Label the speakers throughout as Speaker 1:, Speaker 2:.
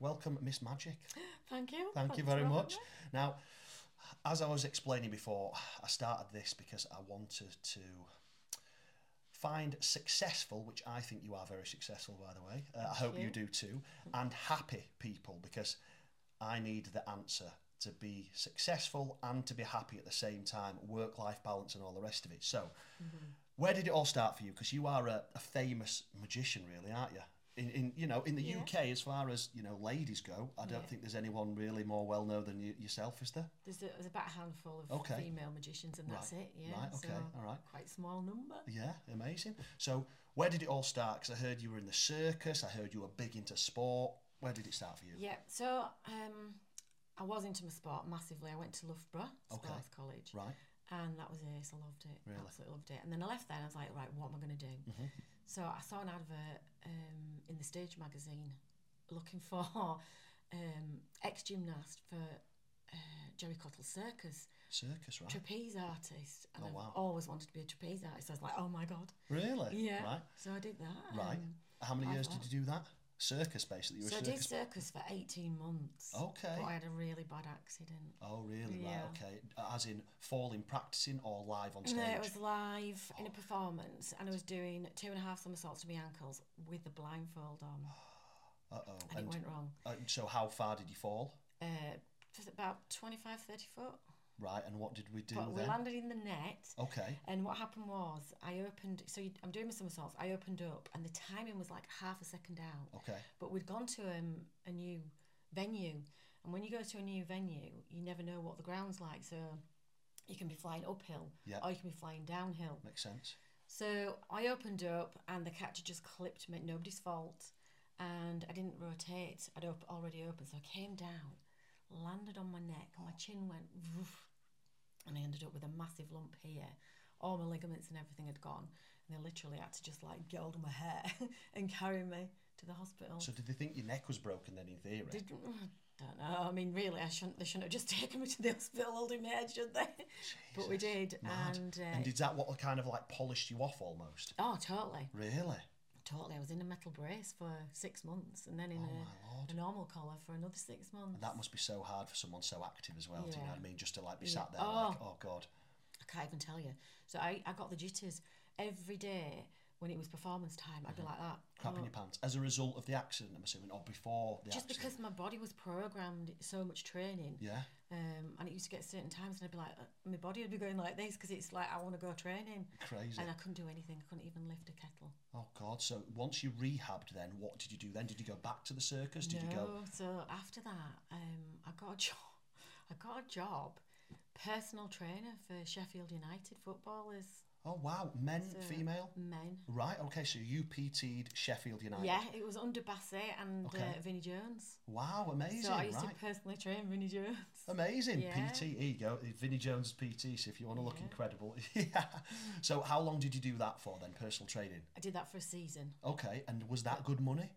Speaker 1: welcome, Miss Magic.
Speaker 2: Thank you.
Speaker 1: Thank
Speaker 2: Thanks
Speaker 1: you very
Speaker 2: for having
Speaker 1: much.
Speaker 2: me.
Speaker 1: Now, as I was explaining before, I started this because I wanted to find successful, which I think you are very successful, by the way. Uh, I hope you.
Speaker 2: you.
Speaker 1: do too, and happy people because I need the answer to be successful and to be happy at the same time, work life balance and all the rest of it. So,
Speaker 2: Mm-hmm.
Speaker 1: where did it all start for you? Because you are a, a famous magician, really, aren't you? In, in you know in the
Speaker 2: Yeah.
Speaker 1: UK, as far as you know, ladies go, I don't
Speaker 2: Yeah.
Speaker 1: think there's anyone really more well known than you, yourself, is there?
Speaker 2: There's, a, there's about a handful of
Speaker 1: Okay.
Speaker 2: female magicians, and that's it. Yeah.
Speaker 1: right. Okay.
Speaker 2: So
Speaker 1: All right.
Speaker 2: quite small number.
Speaker 1: Yeah, amazing. So, where did it all start? Because I heard you were in the circus. I heard you were big into sport. Where did it start for you?
Speaker 2: Yeah. So um, I was into my sport massively. I went to Loughborough
Speaker 1: Okay.
Speaker 2: Sports College,
Speaker 1: Right.
Speaker 2: and that was ace. I loved it.
Speaker 1: Really? Mm-hmm.
Speaker 2: Absolutely loved it. And then I left there, and I was like, right, what am I going to do? So I saw an advert um, in the Stage magazine looking for um, ex gymnast for uh, Jerry Cottle's circus.
Speaker 1: Circus, right?
Speaker 2: trapeze artist, and
Speaker 1: Oh,
Speaker 2: I've
Speaker 1: wow.
Speaker 2: always wanted to be a trapeze artist. I was like, oh my god,
Speaker 1: Really?
Speaker 2: yeah.
Speaker 1: Right.
Speaker 2: So I did that.
Speaker 1: Right.
Speaker 2: um,
Speaker 1: How many
Speaker 2: I
Speaker 1: years
Speaker 2: thought-
Speaker 1: did you do that? Circus, basically. You were
Speaker 2: so
Speaker 1: a
Speaker 2: I
Speaker 1: circus.
Speaker 2: did circus for eighteen months.
Speaker 1: Okay.
Speaker 2: But I had a really bad accident.
Speaker 1: Oh, really?
Speaker 2: Yeah.
Speaker 1: Right. Okay. As in falling, practicing, or live on stage. Oh.
Speaker 2: No, it was live in a performance, and I was doing two and a half somersaults to my ankles with the blindfold on,
Speaker 1: Uh oh.
Speaker 2: and, it
Speaker 1: And
Speaker 2: went wrong.
Speaker 1: uh, so, how far did you fall?
Speaker 2: Uh, just about 25, 30 foot.
Speaker 1: Right. And what did we do
Speaker 2: But we
Speaker 1: then?
Speaker 2: landed in the net.
Speaker 1: Okay.
Speaker 2: And what happened was, I opened. So you, I'm doing my somersaults. I opened up, and the timing was like half a second out.
Speaker 1: Okay.
Speaker 2: But we'd gone to um, a new venue, and when you go to a new venue, you never know what the ground's like. So you can be flying uphill,
Speaker 1: Yeah.
Speaker 2: or you can be flying downhill.
Speaker 1: Makes sense.
Speaker 2: So I opened up, and the catcher just clipped me. Nobody's fault, and I didn't rotate. I'd op- already opened, so I came down, landed on my neck, and my chin went, woof, and I ended up with a massive lump here. All my ligaments and everything had gone, and they literally had to just like get hold of my hair and carry me to the hospital.
Speaker 1: So, did they think your neck was broken then, in theory?
Speaker 2: Didn't oh, don't know. I mean, really, I shouldn't. They shouldn't have just taken me to the hospital holding my head, should they? But we did,
Speaker 1: Mad.
Speaker 2: and, uh,
Speaker 1: and did that what kind of like polished you off almost?
Speaker 2: oh, totally,
Speaker 1: Really?
Speaker 2: totally. I was in a metal brace for six months, and then in
Speaker 1: Oh, my Lord.
Speaker 2: a, a normal collar for another six months.
Speaker 1: And that must be so hard for someone so active as well. Do you know
Speaker 2: Yeah.
Speaker 1: what I mean? Just to like be
Speaker 2: Yeah.
Speaker 1: sat there, like, oh god.
Speaker 2: I can't even tell you. So I, I got the jitters every day when it was performance time. I'd be like that.
Speaker 1: Crap
Speaker 2: Oh.
Speaker 1: in Mm-hmm. your pants as a result of the accident, I'm assuming, or before the
Speaker 2: Just
Speaker 1: accident.
Speaker 2: because my body was programmed so much training,
Speaker 1: Yeah.
Speaker 2: um, and it used to get certain times, and I'd be like, uh, my body would be going like this because it's like I want to go training,
Speaker 1: Crazy.
Speaker 2: and I couldn't do anything. I couldn't even lift a kettle.
Speaker 1: Oh God! So once you rehabbed, then what did you do? Then did you go back to the circus? Did
Speaker 2: no,
Speaker 1: you go?
Speaker 2: so after that, um, I got a job. I got a job, personal trainer for Sheffield United footballers,
Speaker 1: Oh wow! Men,
Speaker 2: So-
Speaker 1: female.
Speaker 2: men.
Speaker 1: Right. Okay. So you PT'd Sheffield United.
Speaker 2: Yeah, it was under Bassett and
Speaker 1: Okay.
Speaker 2: uh, Vinnie Jones.
Speaker 1: Wow! Amazing.
Speaker 2: so I used
Speaker 1: right.
Speaker 2: to personally train Vinnie Jones.
Speaker 1: Amazing.
Speaker 2: Yeah.
Speaker 1: PT. Here you go. Vinnie Jones PT. So if you want to look incredible. yeah. So how long did you do that for then? Personal training.
Speaker 2: I did that for a season.
Speaker 1: Okay. And was that good money?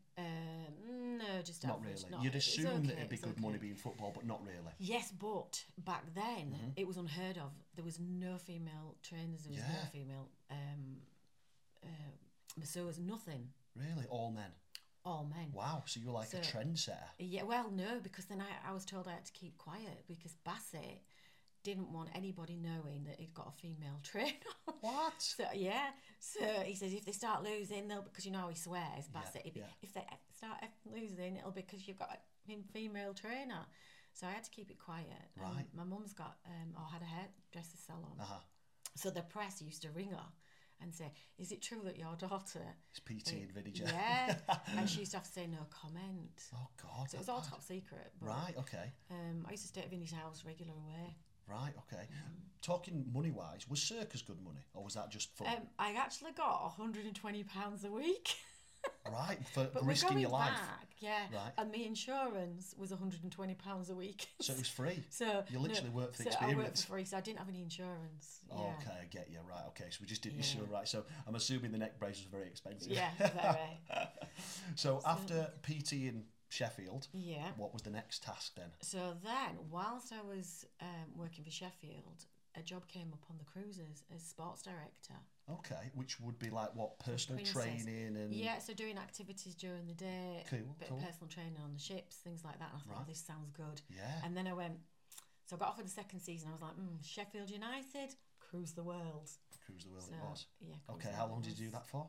Speaker 2: Um, no, just
Speaker 1: Not
Speaker 2: average,
Speaker 1: really.
Speaker 2: not-
Speaker 1: You'd
Speaker 2: it's
Speaker 1: assume
Speaker 2: okay,
Speaker 1: that it'd be
Speaker 2: it's
Speaker 1: good money
Speaker 2: okay.
Speaker 1: being football, but not really.
Speaker 2: Yes, but back then
Speaker 1: Mm-hmm.
Speaker 2: it was unheard of. There was no female trainers. There was
Speaker 1: Yeah.
Speaker 2: no female um, uh, masseurs. Nothing.
Speaker 1: Really, all men.
Speaker 2: All men.
Speaker 1: Wow. So you're like a
Speaker 2: So-
Speaker 1: trendsetter.
Speaker 2: Yeah, well, no, because then I, I was told I had to keep quiet because Bassett didn't want anybody knowing that he'd got a female trainer.
Speaker 1: What?
Speaker 2: so yeah, so he says if they start losing, they'll because you know how he swears, Bassett. if,
Speaker 1: yeah.
Speaker 2: if they eff- start eff- losing, it'll be because you've got a fem- female trainer. So I had to keep it quiet. Um,
Speaker 1: Right.
Speaker 2: my mum's got um, or had a hairdresser salon,
Speaker 1: Uh huh.
Speaker 2: so the press used to ring her and say, "Is it true that your daughter?"
Speaker 1: It's PT and Vinnie Jones.
Speaker 2: Yeah, and she used to have to say no comment.
Speaker 1: Oh God.
Speaker 2: So it was
Speaker 1: that
Speaker 2: all
Speaker 1: bad.
Speaker 2: top secret. But
Speaker 1: Right. Okay.
Speaker 2: um, I used to stay at Vinnie's house regular away.
Speaker 1: Right, okay.
Speaker 2: Mm.
Speaker 1: Talking money wise, was circus good money or was that just fun?
Speaker 2: Um, I actually got £120 a week.
Speaker 1: right, for
Speaker 2: But we're
Speaker 1: risking
Speaker 2: going
Speaker 1: your life.
Speaker 2: back, yeah.
Speaker 1: Right.
Speaker 2: And my insurance was £120 a week.
Speaker 1: So it was free.
Speaker 2: So
Speaker 1: You literally worked for the
Speaker 2: so I worked
Speaker 1: experience.
Speaker 2: for free, so I didn't have any insurance. Yeah.
Speaker 1: Oh, okay, I get you. Right, okay. So we just didn't
Speaker 2: Yeah.
Speaker 1: sure, right. So I'm assuming the neck brace was very expensive.
Speaker 2: Yeah, very.
Speaker 1: So after PT in Sheffield,
Speaker 2: Yeah.
Speaker 1: what was the next task then?
Speaker 2: So then, whilst I was um, working for Sheffield, a job came up on the cruises as sports director.
Speaker 1: Okay, which would be like what personal
Speaker 2: Princess.
Speaker 1: training and
Speaker 2: Yeah, so doing activities during the day,
Speaker 1: Cool,
Speaker 2: bit
Speaker 1: cool.
Speaker 2: of personal training on the ships, things like that. And I thought,
Speaker 1: Right.
Speaker 2: this sounds good.
Speaker 1: Yeah.
Speaker 2: And then I went, so I got offered the second season. I was like, mm, Sheffield United, cruise the world.
Speaker 1: cruise the world
Speaker 2: So,
Speaker 1: it was.
Speaker 2: Yeah. cruise
Speaker 1: Okay,
Speaker 2: the
Speaker 1: how
Speaker 2: world
Speaker 1: long
Speaker 2: it
Speaker 1: did you do
Speaker 2: was.
Speaker 1: that for?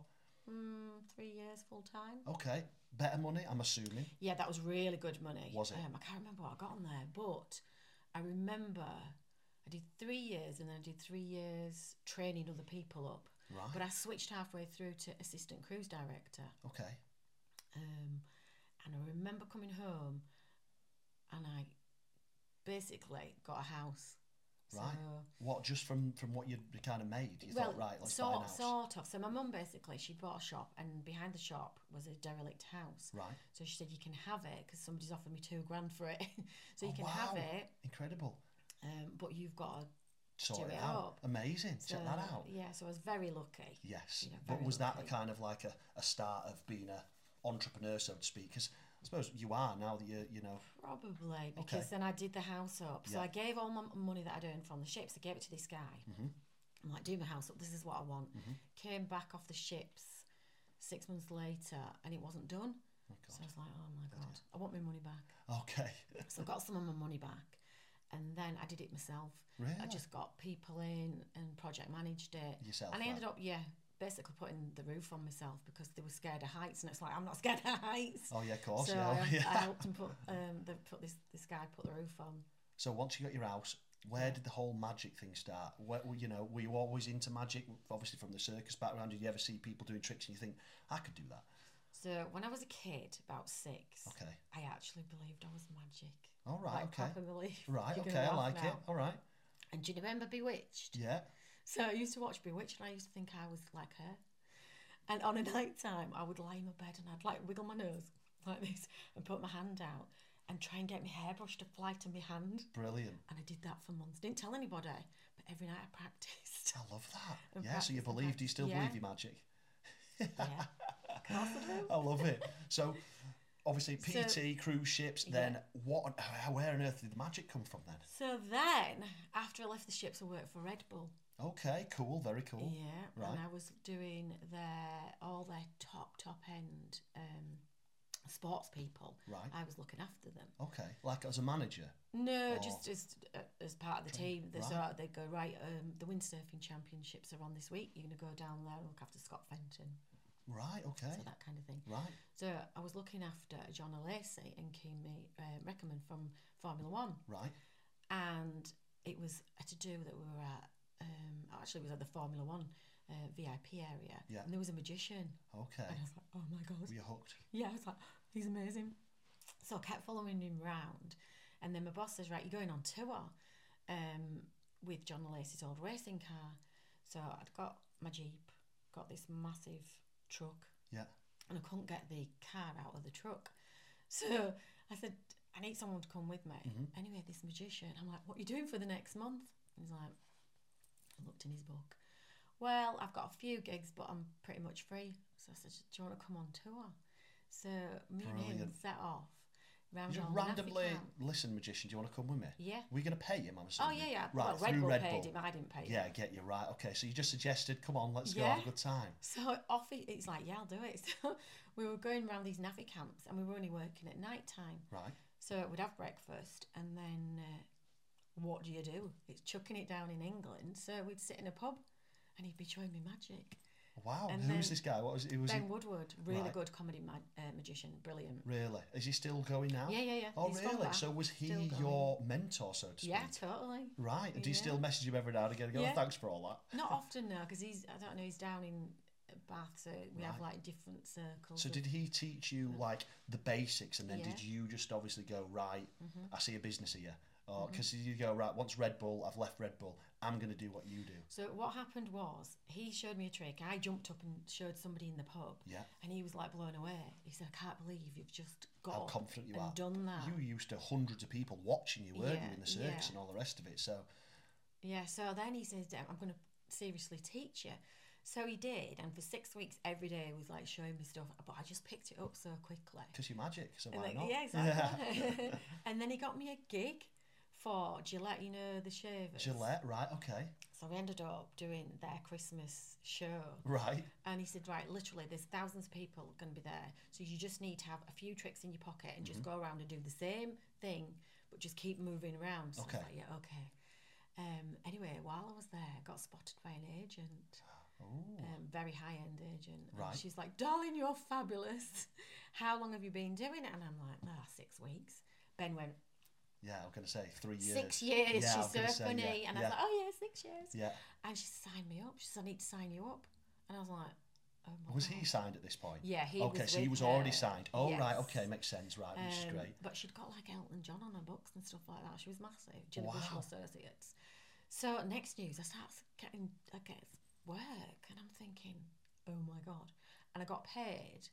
Speaker 2: Mm, three years full time.
Speaker 1: Okay, better money, I'm assuming.
Speaker 2: Yeah, that was really good money.
Speaker 1: Was it?
Speaker 2: Um, I can't remember what I got on there, but I remember I did three years and then I did three years training other people up.
Speaker 1: Right.
Speaker 2: But I switched halfway through to assistant cruise director.
Speaker 1: Okay.
Speaker 2: Um, and I remember coming home and I basically got a house.
Speaker 1: Right.
Speaker 2: So,
Speaker 1: What just from from what you'd kind of made? You thought right, let's
Speaker 2: sort,
Speaker 1: buy an house.
Speaker 2: sort of. So my mum basically, she bought a shop and behind the shop was a derelict house.
Speaker 1: Right.
Speaker 2: So she said, you can have it because somebody's offered me two grand for it. so you
Speaker 1: Oh,
Speaker 2: can have
Speaker 1: wow.
Speaker 2: it,
Speaker 1: Incredible.
Speaker 2: um, but you've got to...
Speaker 1: Sort
Speaker 2: Do
Speaker 1: it,
Speaker 2: it
Speaker 1: out.
Speaker 2: up.
Speaker 1: Amazing. Check that
Speaker 2: so,
Speaker 1: out.
Speaker 2: Yeah, so I was very lucky.
Speaker 1: Yes.
Speaker 2: you know,
Speaker 1: but
Speaker 2: very
Speaker 1: was that
Speaker 2: lucky.
Speaker 1: the kind of like a, a start of being a entrepreneur, so to speak? Because I suppose you are now that you you know.
Speaker 2: Probably because then I did the house up. So
Speaker 1: Yeah.
Speaker 2: I gave all my m- money that I'd earned from the ships. I gave it to this guy.
Speaker 1: Mhm.
Speaker 2: I'm like, do my house up. This is what I want.
Speaker 1: Mm-hmm.
Speaker 2: Came back off the ships six months later, and it wasn't done.
Speaker 1: Oh,
Speaker 2: So I was like, oh my god, I want my money back.
Speaker 1: God. Okay.
Speaker 2: So I got some of my money back, and then I did it myself.
Speaker 1: Really?
Speaker 2: I just got people in and project managed it
Speaker 1: Yourself,
Speaker 2: And I
Speaker 1: right.
Speaker 2: ended up, yeah, basically putting the roof on myself because they were scared of heights, and it's like I'm not scared of heights.
Speaker 1: Oh yeah, of course.
Speaker 2: So
Speaker 1: yeah.
Speaker 2: I,
Speaker 1: oh, yeah.
Speaker 2: I helped him put um, they put this this guy put the roof on.
Speaker 1: So once you got your house, where did the whole magic thing start? Where, were- you know, were you always into magic? Obviously from the circus background, did you ever see people doing tricks and you think I could do that?
Speaker 2: So when I was a kid, about six,
Speaker 1: Okay.
Speaker 2: I actually believed I was magic.
Speaker 1: All right.
Speaker 2: like
Speaker 1: okay.
Speaker 2: proper belief.
Speaker 1: Right.
Speaker 2: You're gonna
Speaker 1: okay. I
Speaker 2: laugh
Speaker 1: like it.
Speaker 2: now.
Speaker 1: All right.
Speaker 2: And do you remember Bewitched?
Speaker 1: Yeah.
Speaker 2: So I used to watch Bewitched, and I used to think I was like her. And on a night time, I would lie in my bed and I'd like wiggle my nose like this and put my hand out and try and get my hairbrush to fly to my hand.
Speaker 1: Brilliant.
Speaker 2: And I did that for months. Didn't tell anybody, but every night I practiced.
Speaker 1: I love that.
Speaker 2: And
Speaker 1: Yeah. So you
Speaker 2: practice and
Speaker 1: believed? Do you
Speaker 2: practice.
Speaker 1: still
Speaker 2: Yeah.
Speaker 1: believe your magic?
Speaker 2: yeah.
Speaker 1: I love it. So, obviously,
Speaker 2: So-
Speaker 1: PT, cruise ships. Then, what? on- how- Where on earth did the magic come from? Then,
Speaker 2: So then, after I left the ships, I worked for Red Bull.
Speaker 1: okay, cool, very cool.
Speaker 2: Yeah,
Speaker 1: Oh, Right.
Speaker 2: and I was doing their all their top top end um, sports people.
Speaker 1: Right.
Speaker 2: I was looking after them.
Speaker 1: Okay, like as a manager.
Speaker 2: No,
Speaker 1: Oh.
Speaker 2: just as uh, as part of the team. They
Speaker 1: Right.
Speaker 2: so they go right. Um, the windsurfing championships are on this week. You're gonna go down there and look after Scott Fenton.
Speaker 1: Right. Okay.
Speaker 2: So that kind of thing.
Speaker 1: Right.
Speaker 2: So I was looking after John Lacey and Kimi uh, Reckerman from Formula One,
Speaker 1: Right.
Speaker 2: and it was a to do that we were at. Um, actually, it was at the Formula One uh, VIP area,
Speaker 1: Yeah.
Speaker 2: and there was a magician.
Speaker 1: Okay.
Speaker 2: And I was like, oh my god.
Speaker 1: We are hooked.
Speaker 2: Yeah, I was like, he's amazing. So I kept following him round. And then my boss says, right, you're going on tour um, with John Lacey's old racing car. So I'd got my Jeep, got this massive truck,
Speaker 1: Yeah.
Speaker 2: and I couldn't get the car out of the truck. So I said, I need someone to come with me.
Speaker 1: Mm-hmm.
Speaker 2: Anyway, this magician, I'm like, what are you doing for the next month? And he's like, I looked in his book. Well, I've got a few gigs, but I'm pretty much free. So I said, Do you want to come on tour? So me and him
Speaker 1: Brilliant.
Speaker 2: set off round
Speaker 1: Just
Speaker 2: all the naffy
Speaker 1: randomly,
Speaker 2: camp.
Speaker 1: listen, magician. Do you want to come with me?
Speaker 2: Yeah.
Speaker 1: We're gonna pay him. I'm
Speaker 2: Oh,
Speaker 1: assuming.
Speaker 2: yeah, yeah.
Speaker 1: Right
Speaker 2: well, Red
Speaker 1: through
Speaker 2: Bull
Speaker 1: Red
Speaker 2: paid
Speaker 1: Bull.
Speaker 2: him, I didn't pay him.
Speaker 1: Yeah, I get you right. Okay, so you just suggested, come on, let's go have a
Speaker 2: Yeah.
Speaker 1: good time.
Speaker 2: So off he, he's like, Yeah, I'll do it. So we were going round these naffy camps and we were only working at night time.
Speaker 1: Right.
Speaker 2: So we'd have breakfast, and then uh, what do you do? It's chucking it down in England. So we'd sit in a pub, and he'd be showing me magic.
Speaker 1: Wow.
Speaker 2: And
Speaker 1: Who is
Speaker 2: then
Speaker 1: this guy? What was? Who was he?
Speaker 2: ben Woodward, really
Speaker 1: Right.
Speaker 2: good comedy ma- uh, magician, brilliant.
Speaker 1: Really? Is he still going now?
Speaker 2: Yeah, yeah, yeah.
Speaker 1: Oh,
Speaker 2: He's gone
Speaker 1: really?
Speaker 2: back,
Speaker 1: So was
Speaker 2: still
Speaker 1: he
Speaker 2: going.
Speaker 1: your mentor, so to speak?
Speaker 2: Yeah, totally.
Speaker 1: Right. Do you
Speaker 2: Yeah.
Speaker 1: still message him every now and again? and Go, "Oh,
Speaker 2: Yeah.
Speaker 1: thanks for all that.
Speaker 2: Not often now, because he's I don't know he's down in Bath, so we have
Speaker 1: Right.
Speaker 2: like different circles.
Speaker 1: So
Speaker 2: of-
Speaker 1: did he teach you like the basics, and then
Speaker 2: Mm-hmm. Yeah. Mm-hmm.
Speaker 1: did you just obviously go right? I see a business here, or because you go right once Red Bull, I've left Red Bull. I'm gonna do what you do.
Speaker 2: So what happened was he showed me a trick. I jumped up and showed somebody in the pub.
Speaker 1: Yeah.
Speaker 2: And he was like blown away. He said, "I can't believe you've just got
Speaker 1: How
Speaker 2: up
Speaker 1: confident you
Speaker 2: and
Speaker 1: are.
Speaker 2: done that."
Speaker 1: You used to hundreds of people watching you, weren't
Speaker 2: Yeah,
Speaker 1: you, in the circus
Speaker 2: yeah.
Speaker 1: and all the rest of it. So
Speaker 2: Yeah, so then he says, "Dad, I'm going to seriously teach you. So he did, and for six weeks, every day he was like showing me stuff, but I just picked it up so quickly.
Speaker 1: because you're magic, so
Speaker 2: And
Speaker 1: why
Speaker 2: like,
Speaker 1: not?
Speaker 2: yeah, exactly. and then he got me a gig for Gillette, you know, the shavers.
Speaker 1: Gillette, right? Okay,
Speaker 2: So we ended up doing their Christmas show.
Speaker 1: right.
Speaker 2: And he said, right, literally, there's thousands of people going to be there. So you just need to have a few tricks in your pocket and
Speaker 1: Mm-hmm.
Speaker 2: just go around and do the same thing, but just keep moving around. So I was
Speaker 1: Okay.
Speaker 2: like, yeah, okay. Um, anyway, while I was there, I got spotted by an agent,
Speaker 1: Ooh.
Speaker 2: um, very high end agent.
Speaker 1: Oh. Right.
Speaker 2: And she's like, darling, you're fabulous. How long have you been doing it? And I'm like, ah, six weeks. Ben went,
Speaker 1: Yeah, I was gonna say three years.
Speaker 2: six years.
Speaker 1: Yeah, I was
Speaker 2: she's so
Speaker 1: gonna say,
Speaker 2: funny.
Speaker 1: yeah,
Speaker 2: and I
Speaker 1: yeah,
Speaker 2: was like, oh, yeah, six years.
Speaker 1: yeah.
Speaker 2: And she signed me up. She said, I need to sign you up. And I was like, oh my
Speaker 1: Was
Speaker 2: God.
Speaker 1: he signed at this point?
Speaker 2: Yeah, he
Speaker 1: okay,
Speaker 2: was
Speaker 1: so he
Speaker 2: with
Speaker 1: was already
Speaker 2: her.
Speaker 1: signed. Oh right,
Speaker 2: Yes.
Speaker 1: okay, makes sense, right, which is
Speaker 2: Um,
Speaker 1: great.
Speaker 2: But she'd got like Elton John on her books and stuff like that. She was massive. Jenny
Speaker 1: Wow.
Speaker 2: Bushel Associates. So next news, I start getting I get work, and I'm thinking, oh my god! And I got paid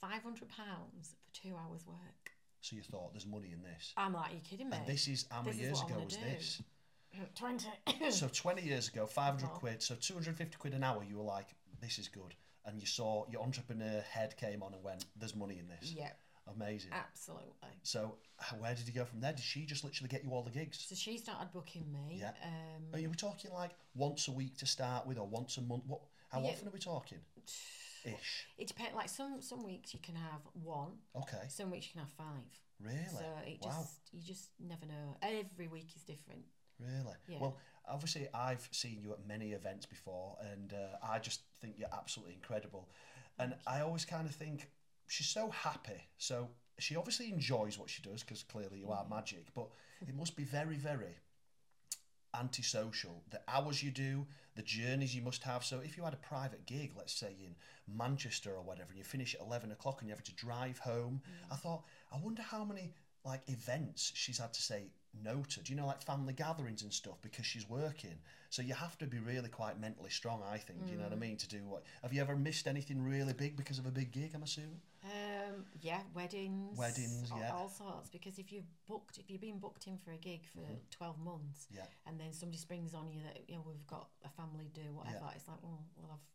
Speaker 2: five hundred pounds for two hours work.
Speaker 1: So you thought there's money in this.
Speaker 2: I'm like, are you kidding me?
Speaker 1: And this is how many
Speaker 2: This is
Speaker 1: years
Speaker 2: what I'm
Speaker 1: ago
Speaker 2: gonna
Speaker 1: was
Speaker 2: do.
Speaker 1: this?
Speaker 2: Twenty.
Speaker 1: so 20 years ago, 500
Speaker 2: Oh.
Speaker 1: quid, so 250 quid an hour, you were like, this is good. And you saw your entrepreneur head came on and went, there's money in this.
Speaker 2: yeah, Uh,
Speaker 1: Amazing.
Speaker 2: absolutely.
Speaker 1: So h- where did you go from there? Did she just literally get you all the gigs?
Speaker 2: So she started booking me.
Speaker 1: Yeah.
Speaker 2: Um,
Speaker 1: Are you were talking like once a week to start with or once a month? What? How
Speaker 2: Yeah.
Speaker 1: often are we talking? Ish.
Speaker 2: it depends. Like some some weeks you can have one,
Speaker 1: Okay.
Speaker 2: some weeks you can have five.
Speaker 1: Really?
Speaker 2: So it just
Speaker 1: wow.
Speaker 2: you just never know. Every week is different.
Speaker 1: Really?
Speaker 2: Yeah.
Speaker 1: Well, obviously, I've seen you at many events before, and uh, I just think you're absolutely incredible. And I always kind of think she's so happy. So she obviously enjoys what she does because clearly you are magic, but it must be very, very antisocial. The hours you do, the journeys you must have. So if you had a private gig, let's say in Manchester or whatever, and you finish at eleven o'clock and you have to drive home, I thought, I wonder how many like events she's had to say no to. Do you know like family gatherings and stuff because she's working. So you have to be really quite mentally strong, I think. You know what I mean? To do what? Have you ever missed anything really big because of a big gig? I'm assuming.
Speaker 2: Um, yeah, weddings,
Speaker 1: Weddings,
Speaker 2: all,
Speaker 1: yeah.
Speaker 2: all sorts. Because if you've booked, if you've been booked in for a gig for twelve months,
Speaker 1: Mm-hmm. Yeah.
Speaker 2: and then somebody springs on you that you know we've got a family do whatever, it's like, oh, well, I've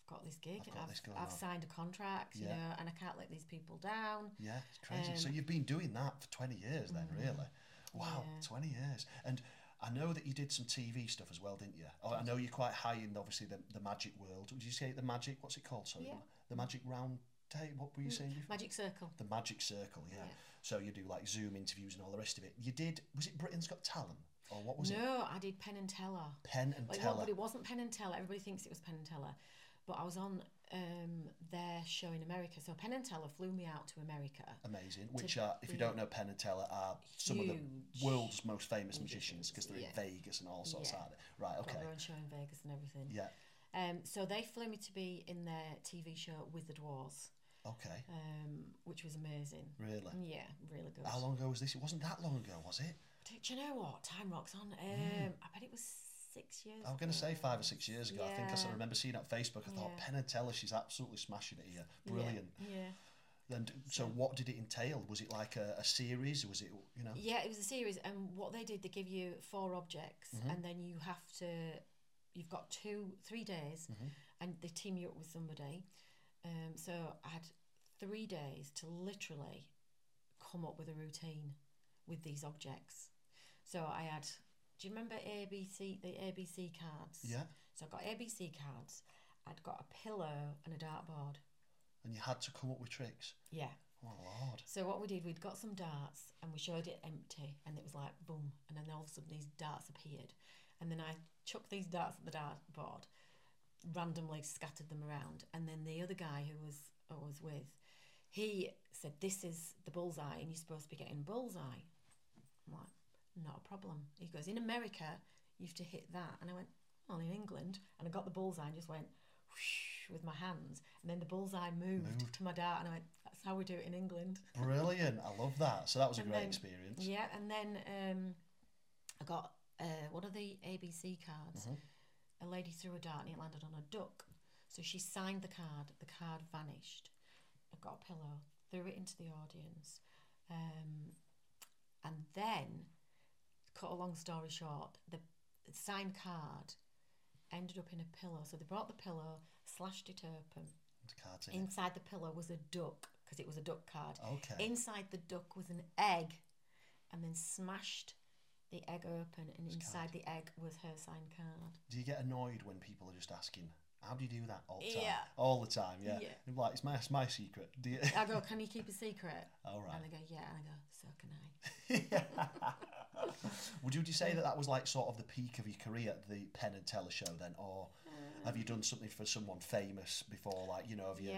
Speaker 2: I've got this gig,
Speaker 1: I've
Speaker 2: and
Speaker 1: got
Speaker 2: I've
Speaker 1: this going
Speaker 2: I've
Speaker 1: on.
Speaker 2: signed a contract, you
Speaker 1: Yeah.
Speaker 2: know, and I can't let these people down.
Speaker 1: Yeah, it's crazy. so
Speaker 2: Um, Mm-hmm.
Speaker 1: you've been doing that for 20 years then, really? Wow,
Speaker 2: Yeah.
Speaker 1: 20 years. And I know that you did some TV stuff as well, didn't you? Oh, I know you're quite high in, obviously, the, the magic world. Did you say the magic, what's it called, sorry?
Speaker 2: Yeah.
Speaker 1: The magic round table, what were you saying before?
Speaker 2: Magic Circle.
Speaker 1: The magic circle, yeah.
Speaker 2: Yeah.
Speaker 1: So you do like Zoom interviews and all the rest of it. You did, was it Britain's Got Talent? Or what was it?
Speaker 2: no, I did Penn and Teller.
Speaker 1: Penn and
Speaker 2: Well, it wa-
Speaker 1: Teller.
Speaker 2: but it wasn't Penn and Teller. Everybody thinks it was Penn and Teller, but I was on um, their show in America. So Penn and Teller flew me out to America.
Speaker 1: Amazing. Which are, if you don't know, Penn and Teller are some of
Speaker 2: Huge
Speaker 1: the world's most famous magicians because they're
Speaker 2: yeah.
Speaker 1: in Vegas and all sorts
Speaker 2: Yeah.
Speaker 1: aren't they? Right,
Speaker 2: Got
Speaker 1: okay.
Speaker 2: their own show in Vegas and everything.
Speaker 1: Yeah,
Speaker 2: Um, so they flew me to be in their TV show with the Dwarves,
Speaker 1: okay.
Speaker 2: um, which was amazing.
Speaker 1: Really?
Speaker 2: Yeah, really good.
Speaker 1: How long ago was this? It wasn't that long ago, was it?
Speaker 2: Do, do you know what? Time rocks on. Um, I bet it was six years.
Speaker 1: I was going to say
Speaker 2: ago.
Speaker 1: five or six years ago. I think I sort of
Speaker 2: Yeah.
Speaker 1: remember seeing it on Facebook. I thought,
Speaker 2: Yeah.
Speaker 1: Penn and Teller, she's absolutely smashing it here.
Speaker 2: Yeah,
Speaker 1: Brilliant.
Speaker 2: Yeah.
Speaker 1: And so, what did it entail? Was it like a, a series? Was it, you know?
Speaker 2: Yeah, it was a series, and what they did, they give you four objects, and then you have to, you've got two, three days, and they team you up with somebody. Um, so I had three days to literally come up with a routine with these objects. So I had, do you remember ABC, the ABC cards?
Speaker 1: Yeah.
Speaker 2: So I got ABC cards. I'd got a pillow and a dartboard.
Speaker 1: And you had to come up with tricks.
Speaker 2: Yeah.
Speaker 1: Oh, Lord.
Speaker 2: So what we did, we'd got some darts and we showed it empty, and it was like boom, and then all of a sudden these darts appeared, and then I chucked these darts at the dart board, randomly scattered them around, and then the other guy who was I was with, he said, "This is the bullseye, and you're supposed to be getting bullseye." I'm like, "Not a problem." He goes, "In America, you have to hit that," and I went, "Well, in England," and I got the bullseye and just went. whoosh With my hands, and then the bullseye moved to my dart, and I went, That's how we do it in England.
Speaker 1: Brilliant. I love that. So, that was a
Speaker 2: And
Speaker 1: great
Speaker 2: then-
Speaker 1: experience.
Speaker 2: Yeah, and then um, I got uh, one of the ABC cards. A lady threw a dart and it landed on a duck. So she signed the card. The card vanished. I got a pillow, threw it into the audience, um, and then, cut a long story short, the signed card ended up in a pillow. So they brought the pillow, slashed it open.
Speaker 1: Cards in it.
Speaker 2: Inside the pillow was a duck because it was a duck card.
Speaker 1: Okay.
Speaker 2: Inside the duck was an egg, and then smashed the egg open, and
Speaker 1: It's
Speaker 2: inside the egg was her signed card.
Speaker 1: Do you get annoyed when people are just asking, how do you do that all the time?
Speaker 2: Yeah.
Speaker 1: All the time, yeah.
Speaker 2: Yeah.
Speaker 1: And Like, it's my, it's my secret. Do you?
Speaker 2: I go, can you keep a secret?
Speaker 1: all right.
Speaker 2: And they go, yeah. And I go, so can I.
Speaker 1: Would you, would you say that that was like sort of the peak of your career, the Penn and Teller show then? Or have you done something for someone famous before? Like, you know, have you?
Speaker 2: Yeah.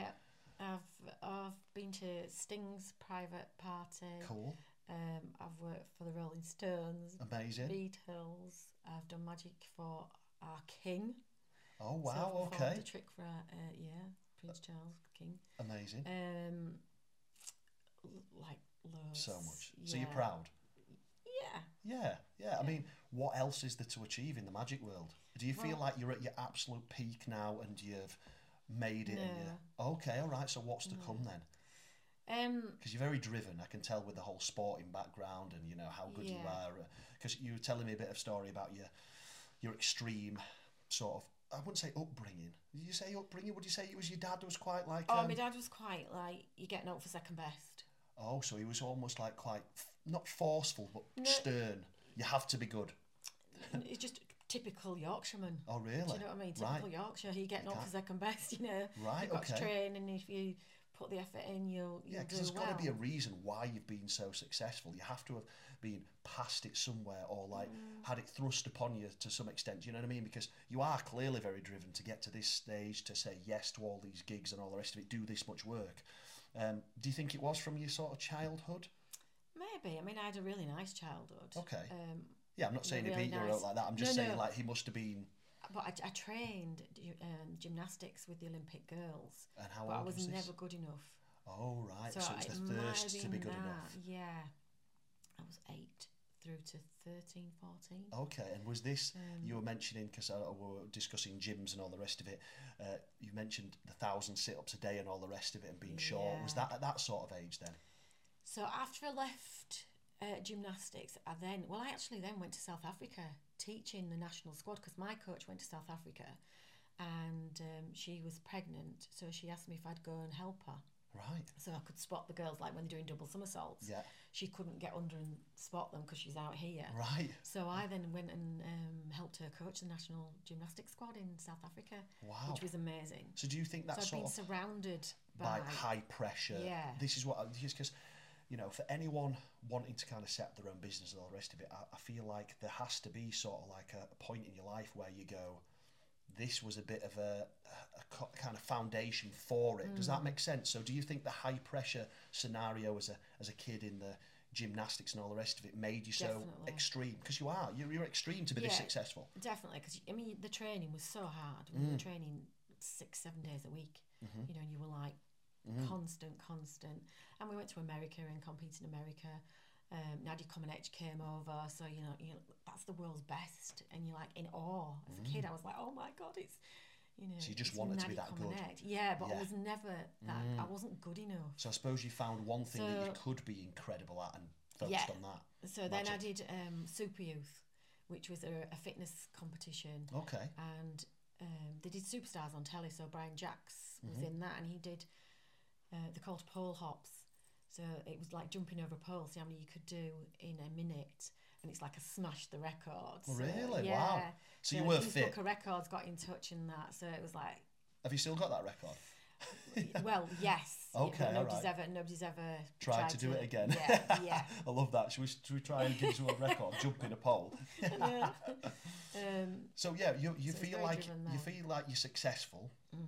Speaker 2: I've I've been to Sting's private party.
Speaker 1: Cool.
Speaker 2: Um, I've worked for the Rolling Stones,
Speaker 1: Amazing.
Speaker 2: Beatles. I've done magic for our King.
Speaker 1: oh,
Speaker 2: So I've
Speaker 1: wow.
Speaker 2: performed
Speaker 1: okay.
Speaker 2: The trick for our, uh, yeah, Prince Charles King.
Speaker 1: Amazing.
Speaker 2: Um, l- like loads.
Speaker 1: so much. So you're
Speaker 2: yeah.
Speaker 1: proud?
Speaker 2: Yeah.
Speaker 1: Yeah, yeah. I mean, what else is there to achieve in the magic world? Do you feel
Speaker 2: Well-
Speaker 1: like you're at your absolute peak now and you've made it? And
Speaker 2: No.
Speaker 1: you okay, all right. So what's to come then?
Speaker 2: Um,
Speaker 1: Because you're very driven. I can tell with the whole sporting background and you know how good you
Speaker 2: Yeah.
Speaker 1: are. Because you were telling me a bit of story about your your extreme sort of. I wouldn't say upbringing. Did you say upbringing? Would you say it was your dad was quite like?
Speaker 2: oh,
Speaker 1: um,
Speaker 2: my dad was quite like, you're getting up for second best.
Speaker 1: oh, so he was almost like quite f- not forceful but
Speaker 2: No.
Speaker 1: stern. You have to be good.
Speaker 2: And it's just typical Yorkshireman.
Speaker 1: Oh, really?
Speaker 2: Do you know what I mean? Typical
Speaker 1: Right.
Speaker 2: Yorkshire, he getting up
Speaker 1: Can't-
Speaker 2: for second best, you know.
Speaker 1: Right,
Speaker 2: You've got
Speaker 1: okay.
Speaker 2: to train, and if you put the effort in, you'll, you'll
Speaker 1: Yeah,
Speaker 2: do
Speaker 1: because there's
Speaker 2: well.
Speaker 1: got to be a reason why you've been so successful. You have to have been past it somewhere or like
Speaker 2: Mm.
Speaker 1: had it thrust upon you to some extent. Do you know what I mean? Because you are clearly very driven to get to this stage, to say yes to all these gigs and all the rest of it, do this much work. Um, do you think it was from your sort of childhood?
Speaker 2: Maybe. I mean, I had a really nice childhood.
Speaker 1: Okay.
Speaker 2: Um,
Speaker 1: Yeah, I'm not saying
Speaker 2: really
Speaker 1: he beat you
Speaker 2: nice.
Speaker 1: out like that. I'm just
Speaker 2: No,
Speaker 1: saying
Speaker 2: no.
Speaker 1: like he must have been.
Speaker 2: but I, I trained gy- um, gymnastics with the Olympic girls,
Speaker 1: And how
Speaker 2: but I
Speaker 1: old
Speaker 2: was
Speaker 1: was this?
Speaker 2: never good enough.
Speaker 1: Oh right, so, it's
Speaker 2: it
Speaker 1: the
Speaker 2: might have
Speaker 1: thirst to be
Speaker 2: been
Speaker 1: good
Speaker 2: that.
Speaker 1: enough.
Speaker 2: Yeah. I was eight through to 13, 14.
Speaker 1: Okay, and was this
Speaker 2: Um,
Speaker 1: you were mentioning because we were discussing gyms and all the rest of it? Uh, you mentioned the thousand sit-ups a day and all the rest of it, and being short. Was
Speaker 2: Yeah.
Speaker 1: that at that sort of age then?
Speaker 2: So after I left uh, gymnastics, I then well, I actually then went to South Africa teaching the national squad because my coach went to South Africa, and um, she was pregnant, so she asked me if I'd go and help her,
Speaker 1: Right.
Speaker 2: so I could spot the girls like when they're doing double somersaults.
Speaker 1: Yeah.
Speaker 2: She couldn't get under and spot them because she's out here.
Speaker 1: Right.
Speaker 2: So I then went and um, helped her coach the national gymnastics squad in South Africa,
Speaker 1: Wow.
Speaker 2: which was amazing.
Speaker 1: So do you think
Speaker 2: So
Speaker 1: that's
Speaker 2: I've been
Speaker 1: Oh. sort of
Speaker 2: surrounded by,
Speaker 1: by high pressure?
Speaker 2: Yeah.
Speaker 1: This is what because you know for anyone wanting to kind of set their own business and all the rest of it, I, I feel like there has to be sort of like a, a point in your life where you go. This was a bit of a, a co- kind of foundation for it. Does that
Speaker 2: Mm.
Speaker 1: make sense? So, do you think the high pressure scenario as a as a kid in the gymnastics and all the rest of it made you so
Speaker 2: Definitely.
Speaker 1: extreme? Because you are, you're, you're extreme to be this
Speaker 2: Yeah.
Speaker 1: successful.
Speaker 2: Definitely, because I mean the training was so hard. We
Speaker 1: Mm.
Speaker 2: were training six, seven days a week,
Speaker 1: Mm-hmm.
Speaker 2: you know, and you were like constant, constant. And we went to America and competed in America. Um, Nadia Comaneci came over, so you know, you know, that's the world's best, and you're like in awe. As a kid, I was like, oh my god, it's you know.
Speaker 1: Mm. So you just
Speaker 2: it's
Speaker 1: wanted to be
Speaker 2: Nadia
Speaker 1: that good.
Speaker 2: Comaneci. Yeah, but
Speaker 1: Yeah. Mm.
Speaker 2: I was never that. I wasn't good enough.
Speaker 1: So, I suppose you found one thing that you
Speaker 2: So-
Speaker 1: could be incredible at and focused
Speaker 2: Yeah.
Speaker 1: on that.
Speaker 2: So then I
Speaker 1: Magic.
Speaker 2: did um, Super Youth, which was a, a fitness competition.
Speaker 1: Okay.
Speaker 2: and um, they did superstars on telly. So Brian Jacks was
Speaker 1: Mm-hmm.
Speaker 2: in that, and he did uh, the called pole hops. So it was like jumping over a pole, see how many you could do in a minute, and it's like a smash the record. So,
Speaker 1: Oh, Really?
Speaker 2: Yeah.
Speaker 1: Wow. So, you were
Speaker 2: Guinness
Speaker 1: fit.
Speaker 2: Book of Records got in touch in that, so it was like,
Speaker 1: Have you still got that record?
Speaker 2: well, yes. yeah,
Speaker 1: Okay,
Speaker 2: but nobody's
Speaker 1: alright.
Speaker 2: ever, nobody's ever
Speaker 1: Tried to do it again.
Speaker 2: Yeah, yeah.
Speaker 1: I love that. Should we, should we try and Guinness World Record, jump in a pole?
Speaker 2: yeah. Um,
Speaker 1: So yeah, you, you
Speaker 2: So it's
Speaker 1: feel
Speaker 2: very
Speaker 1: like
Speaker 2: driven
Speaker 1: you
Speaker 2: there.
Speaker 1: feel like you're successful.
Speaker 2: mm.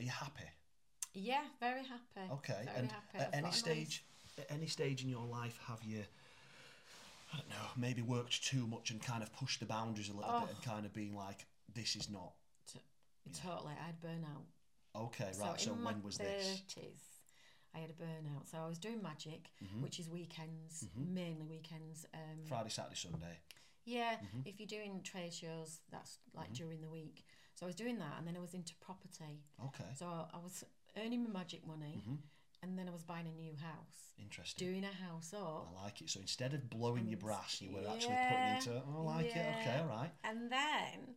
Speaker 1: Are you happy?
Speaker 2: yeah, very happy.
Speaker 1: Okay.
Speaker 2: very
Speaker 1: and
Speaker 2: happy. I've
Speaker 1: at
Speaker 2: got a
Speaker 1: any
Speaker 2: nice-
Speaker 1: stage, at any stage in your life, have you? I don't know. Maybe worked too much and kind of pushed the boundaries a little bit
Speaker 2: Oh.
Speaker 1: and kind of being like, "This is not
Speaker 2: Totally, I had burnout.
Speaker 1: okay." Right. So,
Speaker 2: in my
Speaker 1: when was this?
Speaker 2: 30s, I had a burnout. So I was doing magic,
Speaker 1: Mm-hmm.
Speaker 2: which is weekends, mainly weekends. Um,
Speaker 1: Friday, Saturday, Sunday.
Speaker 2: yeah,
Speaker 1: mm-hmm.
Speaker 2: if you're doing trade shows, that's like during the week. So I was doing that, and then I was into property.
Speaker 1: Okay. Mm-hmm.
Speaker 2: So I was earning my magic money, and then I was buying a new house,
Speaker 1: Interesting.
Speaker 2: doing a house up,
Speaker 1: I like it. So instead of blowing your brass, you were actually
Speaker 2: Yeah,
Speaker 1: putting into. Oh, I like it. Okay.
Speaker 2: yeah.
Speaker 1: All right.
Speaker 2: and then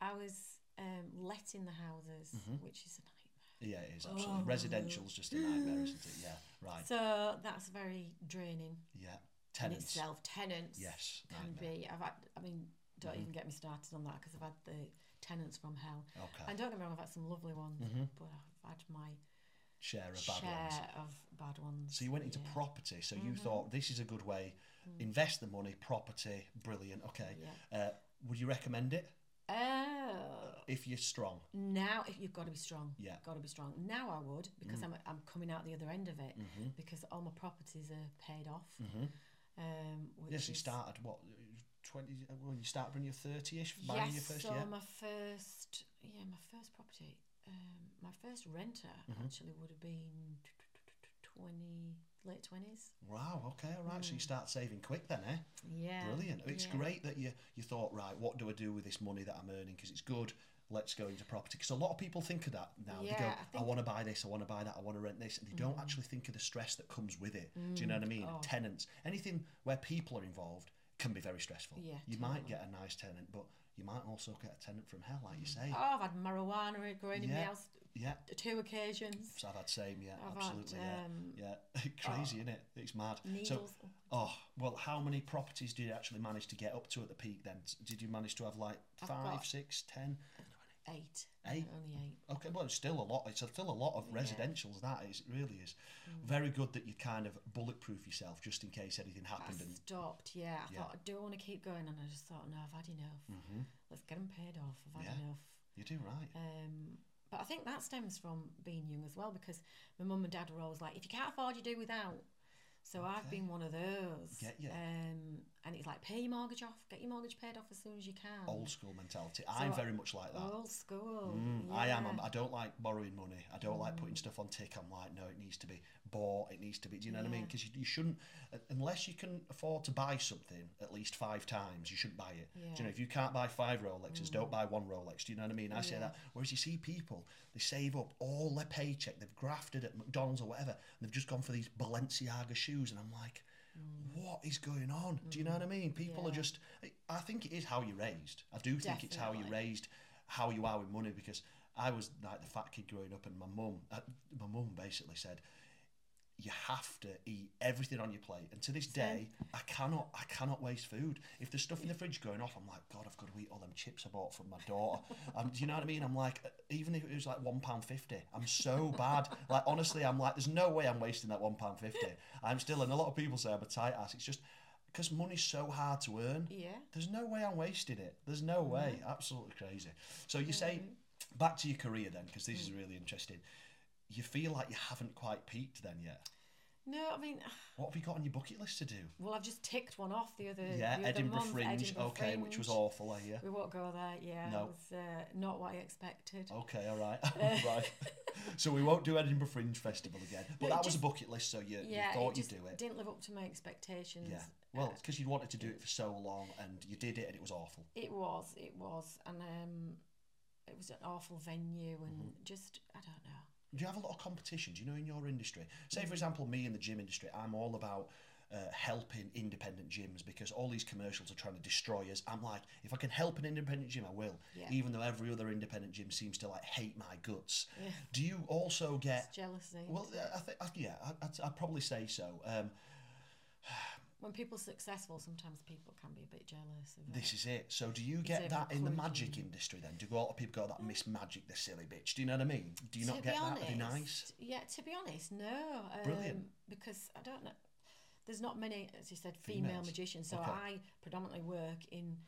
Speaker 2: I was um, letting the houses,
Speaker 1: Mm-hmm.
Speaker 2: which is a nightmare.
Speaker 1: Yeah, it is
Speaker 2: Oh.
Speaker 1: absolutely. Residential's just a nightmare, isn't it? Yeah. Right.
Speaker 2: So that's very draining.
Speaker 1: Yeah.
Speaker 2: in
Speaker 1: Tenants.
Speaker 2: itself. Tenants
Speaker 1: Yes,
Speaker 2: can
Speaker 1: nightmare. Mm-hmm.
Speaker 2: be. I've had, I mean, don't even get me started on that because I've had the tenants from hell.
Speaker 1: Okay.
Speaker 2: And don't get me wrong, I've had some lovely ones, but I've had my
Speaker 1: Share of Mm-hmm. bad
Speaker 2: share
Speaker 1: ones.
Speaker 2: of bad ones.
Speaker 1: So you went into
Speaker 2: yeah. Mm-hmm. Mm.
Speaker 1: property. So you thought this is a good way. Invest the money, property, brilliant. Okay. Uh, would you recommend it
Speaker 2: Oh.
Speaker 1: if you're strong?
Speaker 2: Now, if you've got to be strong,
Speaker 1: Yeah. Mm.
Speaker 2: got to be strong. Now I would because I'm I'm coming out the other end of it
Speaker 1: Mm-hmm.
Speaker 2: because all my properties are paid off. Um, which
Speaker 1: Mm. Yes, you
Speaker 2: is-
Speaker 1: started what twenty? Well, you started when you're thirty-ish, buying
Speaker 2: Yes,
Speaker 1: your first.
Speaker 2: so
Speaker 1: yeah.
Speaker 2: my first, yeah, my first property, um, my first renter
Speaker 1: Mm-hmm.
Speaker 2: actually would have been twenty late twenties.
Speaker 1: Wow. Okay. All right. So
Speaker 2: Mm.
Speaker 1: you start saving quick then, eh?
Speaker 2: Yeah,
Speaker 1: Brilliant. It's
Speaker 2: yeah.
Speaker 1: great that you you thought right. What do I do with this money that I'm earning? Because it's good. Let's go into property. Because a lot of people think of that now. they
Speaker 2: Yeah,
Speaker 1: go,
Speaker 2: I
Speaker 1: I,
Speaker 2: think- Mm.
Speaker 1: want to buy this. I want to buy that. I want to rent this. And they don't actually think of the stress that comes with it. Do you know what I mean?
Speaker 2: Oh.
Speaker 1: Tenants. Anything where people are involved can be very stressful.
Speaker 2: Yeah,
Speaker 1: You might get a nice tenant, but you might also get a tenant from hell, like you say.
Speaker 2: Oh, I've had marijuana growing in my
Speaker 1: Yeah.
Speaker 2: house
Speaker 1: Yeah.
Speaker 2: two occasions.
Speaker 1: So I've had same. Yeah.
Speaker 2: I've had, oh.
Speaker 1: absolutely.
Speaker 2: um,
Speaker 1: yeah. Yeah. Crazy, isn't it? It's mad. So,
Speaker 2: Needles.
Speaker 1: Oh well, how many properties did you actually manage to get up to at the peak? Then did you manage to have like
Speaker 2: I've
Speaker 1: five,
Speaker 2: got-
Speaker 1: six, ten?
Speaker 2: eight.
Speaker 1: Eight?
Speaker 2: Only eight.
Speaker 1: Okay, well, it's still a lot. It's still a lot of
Speaker 2: Yeah. Mm.
Speaker 1: residentials. That is it really is very good that you kind of bulletproof yourself just in case anything
Speaker 2: I
Speaker 1: happened. And
Speaker 2: stopped, yeah. I
Speaker 1: Yeah. Mm.
Speaker 2: thought, I do want to keep going, and I just thought, no, I've had enough. Let's get them paid off. I've had
Speaker 1: Yeah.
Speaker 2: enough.
Speaker 1: mm-hmm. you do right.
Speaker 2: Um, but I think that stems from being young as well, because my mum and dad were always like, if you can't afford, you do without. So I've
Speaker 1: Okay.
Speaker 2: been one of those.
Speaker 1: Get ya.
Speaker 2: Um, and it's like, pay your mortgage off, get your mortgage paid off as soon as you can.
Speaker 1: Old school mentality. I'm
Speaker 2: I-
Speaker 1: very much like that.
Speaker 2: Old school.
Speaker 1: Mm, I am.
Speaker 2: Oh, yeah. Mm.
Speaker 1: I'm, I don't like borrowing money. I don't like putting stuff on tick. I'm like, no, it needs to be bought. It needs to be. Do you know what I mean?
Speaker 2: Yeah.
Speaker 1: Because you, you shouldn't, uh, unless you can afford to buy something at least five times, you shouldn't buy it. Do you
Speaker 2: Yeah. Mm.
Speaker 1: know if you can't buy five Rolexes, don't buy one Rolex. Do you know what I mean? I say
Speaker 2: Yeah.
Speaker 1: that. Whereas you see people, they save up all their paycheck. They've grafted at McDonald's or whatever, and they've just gone for these Balenciaga shoes, and I'm like. What is going on? Do you know what I mean? People are
Speaker 2: Mm. Yeah.
Speaker 1: just. I- I think it is how you're raised. I do think it's how you're
Speaker 2: Definitely.
Speaker 1: raised raised how you are with money because I was like the fat kid growing up, and my mum, uh, my mum basically said, "You have to eat everything on your plate." And to this day, I cannot, I cannot waste food. If there's stuff in the fridge going off, I'm like, God, I've got to eat all them chips I bought from my daughter. um, do you know what I mean? I'm like, uh, even if it was like one pound fifty, I'm so bad. like honestly, I'm like, there's no way I'm wasting that one pound fifty. I'm still, and a lot of people say I'm a tight ass. It's just because money's so hard to earn.
Speaker 2: Yeah.
Speaker 1: There's no way I'm wasting it. There's no
Speaker 2: Mm-hmm.
Speaker 1: way. Absolutely crazy. So you say back to your career then, because this
Speaker 2: Mm.
Speaker 1: is really interesting. You feel like you haven't quite peaked then yet.
Speaker 2: No, I mean,
Speaker 1: What have you got on your bucket list to do?
Speaker 2: well, I've just ticked one off the other.
Speaker 1: yeah,
Speaker 2: the other
Speaker 1: Edinburgh
Speaker 2: month,
Speaker 1: Fringe.
Speaker 2: Edinburgh
Speaker 1: okay, which was
Speaker 2: Fringe.
Speaker 1: awful. eh, I hear.
Speaker 2: We won't go there. Yeah,
Speaker 1: No.
Speaker 2: it was uh, not what I expected.
Speaker 1: Okay, all right, right. So we won't do Edinburgh Fringe Festival again. But
Speaker 2: No, it
Speaker 1: that was a
Speaker 2: just-
Speaker 1: bucket list, so you,
Speaker 2: yeah,
Speaker 1: you thought
Speaker 2: it
Speaker 1: you'd
Speaker 2: just
Speaker 1: do it.
Speaker 2: didn't live up to my expectations.
Speaker 1: Yeah. Well, because you wanted to do it for so long, and you did it, and it was awful.
Speaker 2: It was, it was, and um, it was an awful venue, and
Speaker 1: Mm-hmm.
Speaker 2: just I don't know.
Speaker 1: Do you have a lot of competition? Do you know in your industry? Say, for example, me in the gym industry, I'm all about uh, helping independent gyms because all these commercials are trying to destroy us. I'm like, if I can help an independent gym, I will.
Speaker 2: Yeah.
Speaker 1: Even though every other independent gym seems to like hate my guts.
Speaker 2: Yeah.
Speaker 1: Do you also get?
Speaker 2: It's jealousy.
Speaker 1: Well, I think I, yeah, uh, I, I'd, I'd probably say so. Um,
Speaker 2: when people are successful, sometimes people can be a bit jealous. Of it.
Speaker 1: this is it. So, do you get
Speaker 2: it
Speaker 1: that in the
Speaker 2: encouraging?
Speaker 1: magic industry then? Do a lot of people go that Miss Magic, the silly bitch? Do you know what I mean? Do you not
Speaker 2: Mm. to
Speaker 1: get
Speaker 2: be honest,
Speaker 1: that? Are they nice?
Speaker 2: Yeah, to be honest, no. Um,
Speaker 1: Brilliant.
Speaker 2: Because I don't know. There's not many, as you said, female
Speaker 1: Females.
Speaker 2: magicians. So
Speaker 1: Okay. Mm-hmm.
Speaker 2: I predominantly work in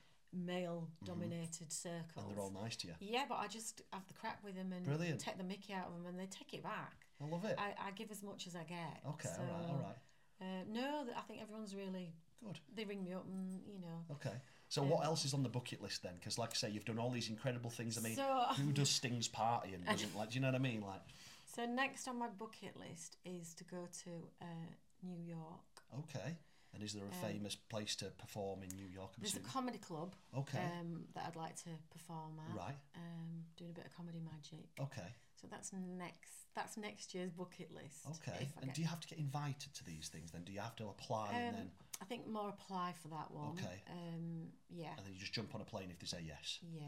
Speaker 2: male-dominated circles.
Speaker 1: And they're all nice to you.
Speaker 2: Yeah, but I just have the crap with them and
Speaker 1: Brilliant.
Speaker 2: take the mickey out of them, and they take it back.
Speaker 1: I love it.
Speaker 2: I, I give as much as I get.
Speaker 1: okay,
Speaker 2: so,
Speaker 1: all right, all right.
Speaker 2: Uh, no, th- I think everyone's really.
Speaker 1: Good.
Speaker 2: They ring me up, and you know.
Speaker 1: Okay. So
Speaker 2: Um,
Speaker 1: what else is on the bucket list then? Because like I say, you've done all these incredible things. I mean,
Speaker 2: So-
Speaker 1: who does Sting's party and doesn't like? Do you know what I mean? Like,
Speaker 2: So next on my bucket list is to go to uh, New York.
Speaker 1: okay. And is there a famous place to perform in New York? I'm
Speaker 2: Um, There's a
Speaker 1: assuming?
Speaker 2: comedy club.
Speaker 1: Okay.
Speaker 2: Um, that I'd like to perform at.
Speaker 1: Right.
Speaker 2: Um, doing a bit of comedy magic.
Speaker 1: okay.
Speaker 2: So that's next. That's next year's bucket list.
Speaker 1: Okay.
Speaker 2: if I
Speaker 1: And
Speaker 2: get-
Speaker 1: do you have to get invited to these things then? Do you have to apply and
Speaker 2: um,
Speaker 1: then
Speaker 2: I think more apply for that one.
Speaker 1: Okay.
Speaker 2: Um, yeah.
Speaker 1: and then you just jump on a plane if they say yes?
Speaker 2: Yeah.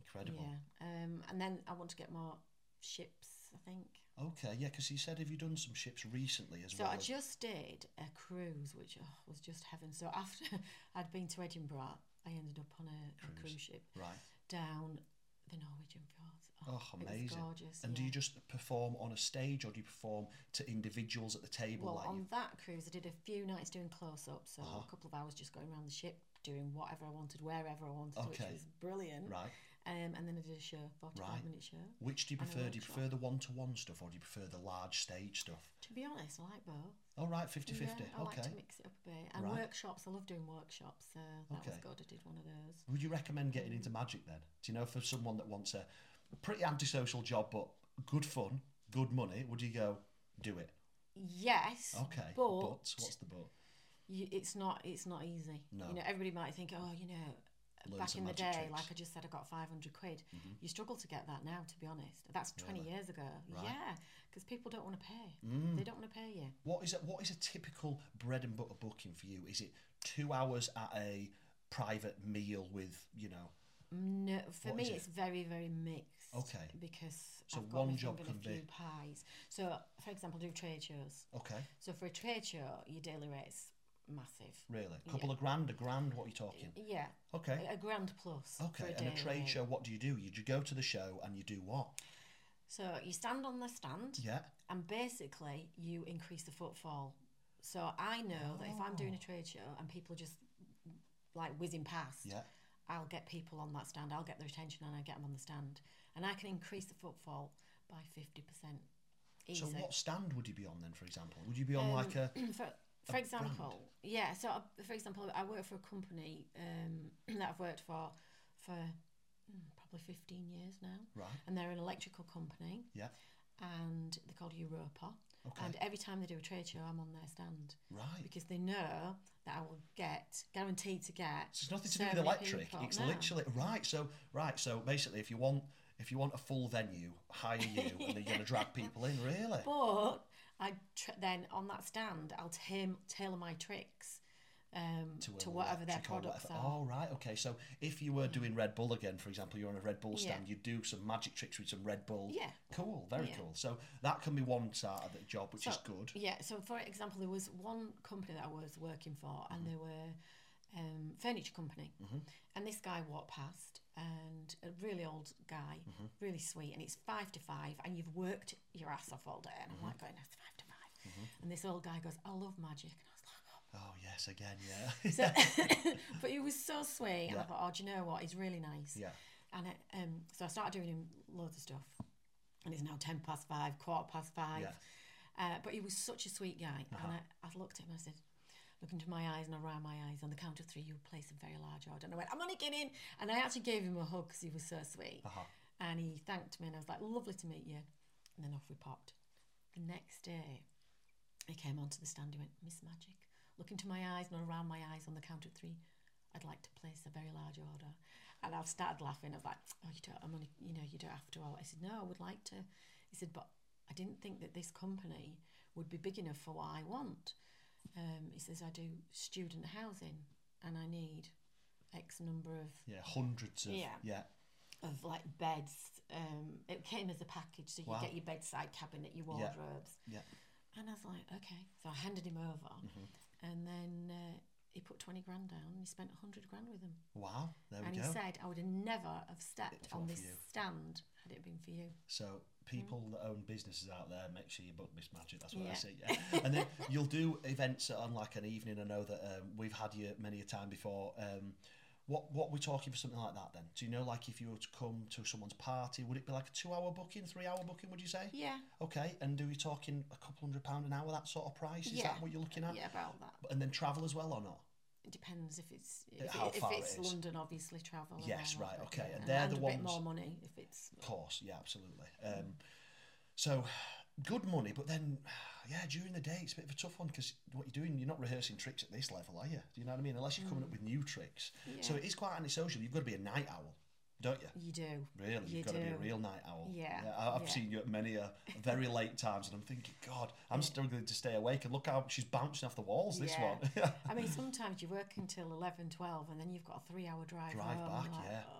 Speaker 1: Incredible.
Speaker 2: Yeah. Um, and then I want to get more ships. I think.
Speaker 1: Okay, yeah, because he said, have you done some ships recently as
Speaker 2: So
Speaker 1: well?
Speaker 2: I
Speaker 1: as-"
Speaker 2: just did a cruise, which oh, was just heaven. So after I'd been to Edinburgh, I ended up on a cruise, a
Speaker 1: Cruise.
Speaker 2: cruise ship
Speaker 1: right.
Speaker 2: down the Norwegian fjords.
Speaker 1: Oh,
Speaker 2: it was
Speaker 1: amazing.
Speaker 2: gorgeous.
Speaker 1: And do
Speaker 2: yeah.
Speaker 1: you just perform on a stage or do you perform to individuals at the table?
Speaker 2: Well,
Speaker 1: like
Speaker 2: on
Speaker 1: you?
Speaker 2: that cruise, I did a few nights doing close ups, so
Speaker 1: Uh-huh.
Speaker 2: a couple of hours just going around the ship, doing whatever I wanted, wherever I wanted, which
Speaker 1: Okay.
Speaker 2: was brilliant.
Speaker 1: Right.
Speaker 2: Um, and then I did a show, 45
Speaker 1: Right.
Speaker 2: minute show.
Speaker 1: Which do you
Speaker 2: on a
Speaker 1: prefer? Do you
Speaker 2: workshop.
Speaker 1: prefer the one to one stuff or do you prefer the large stage stuff?
Speaker 2: To be honest, I like both.
Speaker 1: All right, 50 50.
Speaker 2: Yeah, I
Speaker 1: okay.
Speaker 2: like to mix it up a bit. And
Speaker 1: Right.
Speaker 2: workshops, I love doing workshops, so that was
Speaker 1: Okay.
Speaker 2: good. I did one of those.
Speaker 1: Would you recommend getting into magic then? Do you know, for someone that wants a pretty antisocial job but good fun, good money, would you go, do it?
Speaker 2: Yes.
Speaker 1: Okay.
Speaker 2: But,
Speaker 1: what's the but?
Speaker 2: you, it's not it's not easy.
Speaker 1: No.
Speaker 2: You know, everybody might think, oh, you know,
Speaker 1: Learn
Speaker 2: back
Speaker 1: some
Speaker 2: in the day,
Speaker 1: magic tricks. Mm-hmm.
Speaker 2: like I just said, I got 500 quid. You struggle to get that now, to be honest. That's 20 years ago.
Speaker 1: Right. Mm.
Speaker 2: Yeah, because people don't want to pay. They don't want to pay you.
Speaker 1: What is a, what is a typical bread and butter booking for you? Is it two hours at a private meal with you know?
Speaker 2: No, for
Speaker 1: What
Speaker 2: me,
Speaker 1: is it?
Speaker 2: it's very, very mixed.
Speaker 1: Okay.
Speaker 2: Because
Speaker 1: So
Speaker 2: I've got
Speaker 1: one
Speaker 2: my
Speaker 1: job
Speaker 2: finger in
Speaker 1: can
Speaker 2: a
Speaker 1: be-
Speaker 2: few pies. So, for example, I do trade shows.
Speaker 1: Okay,
Speaker 2: So for a trade show, your daily rate's massive.
Speaker 1: really, a couple of grand, a grand. What are you talking?
Speaker 2: Yeah,
Speaker 1: Okay,
Speaker 2: a- a grand plus. for
Speaker 1: Eh? okay.
Speaker 2: a
Speaker 1: And a
Speaker 2: daily
Speaker 1: trade
Speaker 2: rate.
Speaker 1: show, what do you do? You do go to the show and you do what?
Speaker 2: So you stand on the stand.
Speaker 1: Yeah,
Speaker 2: and basically you increase the footfall. So I know that if I'm
Speaker 1: Oh.
Speaker 2: doing a trade show and people are just like whizzing past,
Speaker 1: yeah.
Speaker 2: I'll get people on that stand. I'll get their attention and I get them on the stand, and I can increase the footfall by fifty percent. Easy.
Speaker 1: So what stand would you be on then? For example, would you be on
Speaker 2: Um,
Speaker 1: like a
Speaker 2: for for example, yeah. So I, for example, I work for a company um, that I've worked for for mm, probably fifteen years now,
Speaker 1: right?
Speaker 2: and they're an electrical company
Speaker 1: Yeah,
Speaker 2: and they're called Europa.
Speaker 1: Okay.
Speaker 2: And every time they do a trade show, I'm on their stand
Speaker 1: right.
Speaker 2: because they know that I will get guaranteed to get.
Speaker 1: So it's nothing to
Speaker 2: so
Speaker 1: do with
Speaker 2: many
Speaker 1: electric.
Speaker 2: people.
Speaker 1: It's
Speaker 2: No.
Speaker 1: literally right. So right. So basically, if you want if you want a full venue, hire you, and then you're gonna drag people in. Really?
Speaker 2: But I tr- then on that stand, I'll tam- tailor my tricks um, to,
Speaker 1: an
Speaker 2: whatever their
Speaker 1: electric or
Speaker 2: products
Speaker 1: whatever.
Speaker 2: are.
Speaker 1: Oh, right, okay. So if you were doing Red Bull again, for example, you're on a Red Bull
Speaker 2: Yeah.
Speaker 1: stand, you'd do some magic tricks with some Red Bull.
Speaker 2: Yeah.
Speaker 1: Cool, very
Speaker 2: Yeah.
Speaker 1: cool. So that can be one side of the job, which is
Speaker 2: So-
Speaker 1: good.
Speaker 2: Yeah. So, for example, there was one company that I was working for, and
Speaker 1: Mm-hmm.
Speaker 2: they were um, furniture company, and this guy walked past, and a really old guy,
Speaker 1: Mm-hmm.
Speaker 2: really sweet, and it's five to five, and you've worked your ass off all day, and
Speaker 1: Mm-hmm.
Speaker 2: I'm like going, that's five to 5 and this old guy goes, I love magic, and I was like. "Oh."
Speaker 1: Oh, yes, again, yeah.
Speaker 2: So, but he was so sweet, and I
Speaker 1: Yeah.
Speaker 2: thought, oh, do you know what? He's really nice.
Speaker 1: yeah.
Speaker 2: And it, um, so I started doing him loads of stuff. And it's now 10 past five, quarter past five.
Speaker 1: Yeah.
Speaker 2: Uh, but he was such a sweet guy. And I, I looked at him and I said, look into my eyes and I ran my eyes. On the count of three, you place a very large order. And I went, I'm on a guinea. And I actually gave him a hug because he was so sweet.
Speaker 1: Uh-huh.
Speaker 2: And he thanked me and I was like, lovely to meet you. And then off we popped. The next day, he came onto the stand. He went, Miss Magic, look into my eyes and around my eyes on the count of three. I'd like to place a very large order. And I started laughing. I was like, oh, you don't, I'm only, you know, you don't have to. I said, no, I would like to. He said, but I didn't think that this company would be big enough for what I want. Um, he says, I do student housing and I need X number of
Speaker 1: Yeah, hundreds of. Yeah.
Speaker 2: Yeah. of like beds. Um, it came as a package, so you
Speaker 1: Wow.
Speaker 2: get your bedside cabinet, your
Speaker 1: Yeah.
Speaker 2: wardrobes.
Speaker 1: Yeah. Mm-hmm.
Speaker 2: And I was like, okay. So I handed him over, and then uh, he put twenty grand down. and He spent hundred grand with him,
Speaker 1: Wow, there
Speaker 2: and
Speaker 1: we
Speaker 2: he
Speaker 1: go.
Speaker 2: said, I would have never have stepped
Speaker 1: If not
Speaker 2: on
Speaker 1: for
Speaker 2: this
Speaker 1: you.
Speaker 2: stand had it been for you.
Speaker 1: So people that own businesses out there, make sure you book Miss Magic. That's what I
Speaker 2: Mm. Yeah.
Speaker 1: say. Yeah, and then you'll do events on like an evening. I know that um, we've had you many a time before. Um, what what we're talking for something like that? Then do you know like if you were to come to someone's party, would it be like a two hour booking, three hour booking? Would you say?
Speaker 2: Yeah.
Speaker 1: Okay, and do we talking a couple hundred pound an hour that sort of price? Is
Speaker 2: yeah.
Speaker 1: that what you're looking at?
Speaker 2: Yeah, about that.
Speaker 1: And then travel as well or not?
Speaker 2: It depends if it's if,
Speaker 1: How
Speaker 2: it, if
Speaker 1: far it
Speaker 2: it's
Speaker 1: is.
Speaker 2: London, obviously travel. and
Speaker 1: Yes,
Speaker 2: all that,
Speaker 1: right,
Speaker 2: but
Speaker 1: okay,
Speaker 2: yeah,
Speaker 1: and they're the
Speaker 2: a bit
Speaker 1: ones-
Speaker 2: more money if it's
Speaker 1: Of course, yeah, absolutely. Um, so good money, but then yeah, during the day it's a bit of a tough one because what you're doing, you're not rehearsing tricks at this level, are you? Do you know what I mean? Unless you're coming up with new tricks, so
Speaker 2: Mm. Yeah.
Speaker 1: it is quite antisocial. You've got to be a night owl, don't you?
Speaker 2: you do.
Speaker 1: Really,
Speaker 2: You
Speaker 1: you've got to be a
Speaker 2: do.
Speaker 1: real night owl.
Speaker 2: Yeah,
Speaker 1: I- I've
Speaker 2: yeah.
Speaker 1: seen you at many a very late times, and I'm thinking, God, I'm struggling to stay awake. And look how she's bouncing off the walls. This
Speaker 2: Yeah.
Speaker 1: one.
Speaker 2: I mean, sometimes you work until 11, 12, and then you've got a three hour drive
Speaker 1: Drive
Speaker 2: home.
Speaker 1: back,
Speaker 2: you're like,
Speaker 1: yeah.
Speaker 2: "Oh."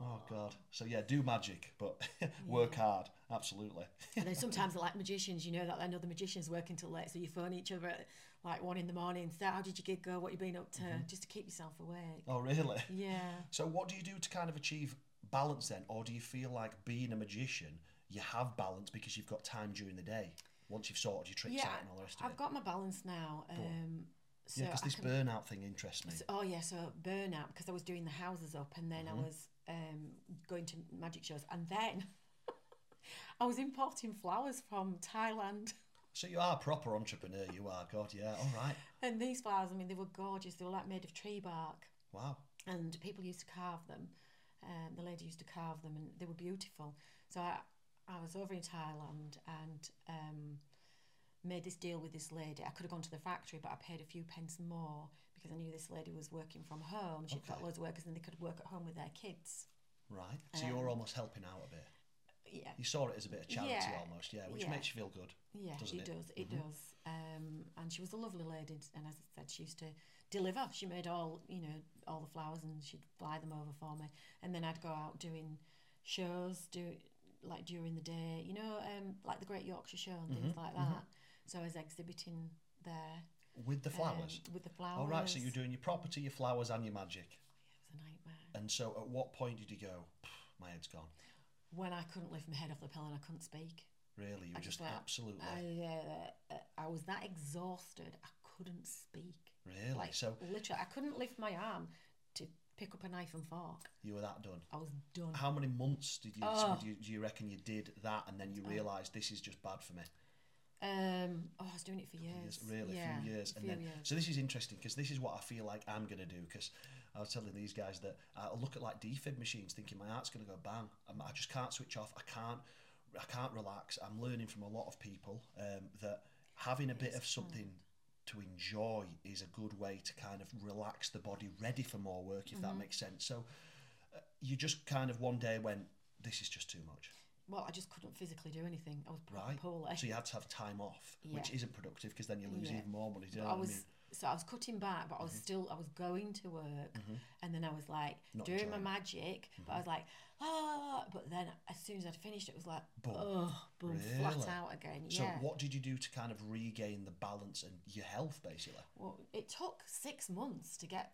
Speaker 1: Oh God. So yeah, do magic, but work hard. Absolutely.
Speaker 2: And then sometimes, like magicians, you know that another magician's working till late, so you phone each other at like one in the morning. So, how did your gig go? What you been up to?
Speaker 1: Mm-hmm.
Speaker 2: Just to keep yourself awake.
Speaker 1: Oh really?
Speaker 2: Yeah.
Speaker 1: So what do you do to kind of achieve balance then, or do you feel like being a magician you have balance because you've got time during the day once you've sorted your tricks
Speaker 2: yeah.
Speaker 1: out and all the rest of
Speaker 2: I've
Speaker 1: it?
Speaker 2: got my balance now. Um, so
Speaker 1: Yeah, because
Speaker 2: I
Speaker 1: this
Speaker 2: can-
Speaker 1: burnout thing interests me.
Speaker 2: So- oh yeah, so burnout because I was doing the houses up and
Speaker 1: Mm-hmm.
Speaker 2: then I was um, going to magic shows and then I was importing flowers from Thailand
Speaker 1: So you are a proper entrepreneur. You are. God, yeah. All right.
Speaker 2: and these flowers, I mean, they were gorgeous. They were like made of tree bark
Speaker 1: Wow.
Speaker 2: and people used to carve them. Um, the lady used to carve them and they were beautiful. So I, I was over in Thailand and um, made this deal with this lady. I could have gone to the factory, but I paid a few pence more because I knew this lady was working from home. She'd got
Speaker 1: Okay.
Speaker 2: loads of workers and they could work at home with their kids.
Speaker 1: Right. So you're almost helping out a bit.
Speaker 2: Yeah,
Speaker 1: You saw it as a bit of charity
Speaker 2: Yeah.
Speaker 1: almost, yeah, which
Speaker 2: Yeah.
Speaker 1: makes you feel good.
Speaker 2: yeah,
Speaker 1: Doesn't
Speaker 2: it
Speaker 1: it? Mm-hmm.
Speaker 2: does. It does. Um, and she was a lovely lady, and as I said, she used to deliver. She made all you know all the flowers, and she'd fly them over for me. And then I'd go out doing shows, do like during the day, you know, um, like the Great Yorkshire Show and
Speaker 1: Mm-hmm,
Speaker 2: things like that. So I was exhibiting there
Speaker 1: With the
Speaker 2: um,
Speaker 1: flowers.
Speaker 2: with the flowers.
Speaker 1: All right, so you're doing your property, your flowers, and your magic.
Speaker 2: It was a nightmare.
Speaker 1: And so at what point did you go, "Pff, my head's gone?
Speaker 2: When I couldn't lift my head off the pillow and I couldn't speak.
Speaker 1: Really, you were just
Speaker 2: went,
Speaker 1: absolutely.
Speaker 2: I, uh, uh, I was that exhausted, I couldn't speak.
Speaker 1: Really?
Speaker 2: Like,
Speaker 1: So-
Speaker 2: literally, I couldn't lift my arm to pick up a knife and fork.
Speaker 1: You were that done.
Speaker 2: I was done.
Speaker 1: How many months did you,
Speaker 2: Oh.
Speaker 1: do you do you reckon you did that and then you realised this is just bad for me?
Speaker 2: Um, oh, I was doing it for years.
Speaker 1: really
Speaker 2: yeah,
Speaker 1: a few years
Speaker 2: A
Speaker 1: and
Speaker 2: few
Speaker 1: then
Speaker 2: years.
Speaker 1: so this is interesting because this is what i feel like i'm going to do because i was telling these guys that i look at like defib machines thinking my heart's going to go bang I'm, i just can't switch off i can't i can't relax i'm learning from a lot of people um, that having a bit of
Speaker 2: Hmm.
Speaker 1: something to enjoy is a good way to kind of relax the body ready for more work if
Speaker 2: Mm-hmm.
Speaker 1: that makes sense so uh, you just kind of one day went this is just too much
Speaker 2: Well, I just couldn't physically do anything. I was proper
Speaker 1: right
Speaker 2: poorly.
Speaker 1: so you had to have time off which
Speaker 2: Yeah.
Speaker 1: isn't productive because then you lose
Speaker 2: Yeah.
Speaker 1: even more money do you
Speaker 2: But
Speaker 1: know
Speaker 2: I
Speaker 1: what
Speaker 2: was
Speaker 1: I mean? Mm-hmm.
Speaker 2: so I was cutting back, but I was still I was going to work, and then I was like
Speaker 1: Not
Speaker 2: doing my
Speaker 1: enjoying it. Mm-hmm.
Speaker 2: magic, but I was like ah. But then as soon as I'd finished, it was like
Speaker 1: Boom.
Speaker 2: oh, boom, flat
Speaker 1: Really?
Speaker 2: out again.
Speaker 1: So
Speaker 2: yeah.
Speaker 1: what did you do to kind of regain the balance and your health, basically?
Speaker 2: Well, it took six months to get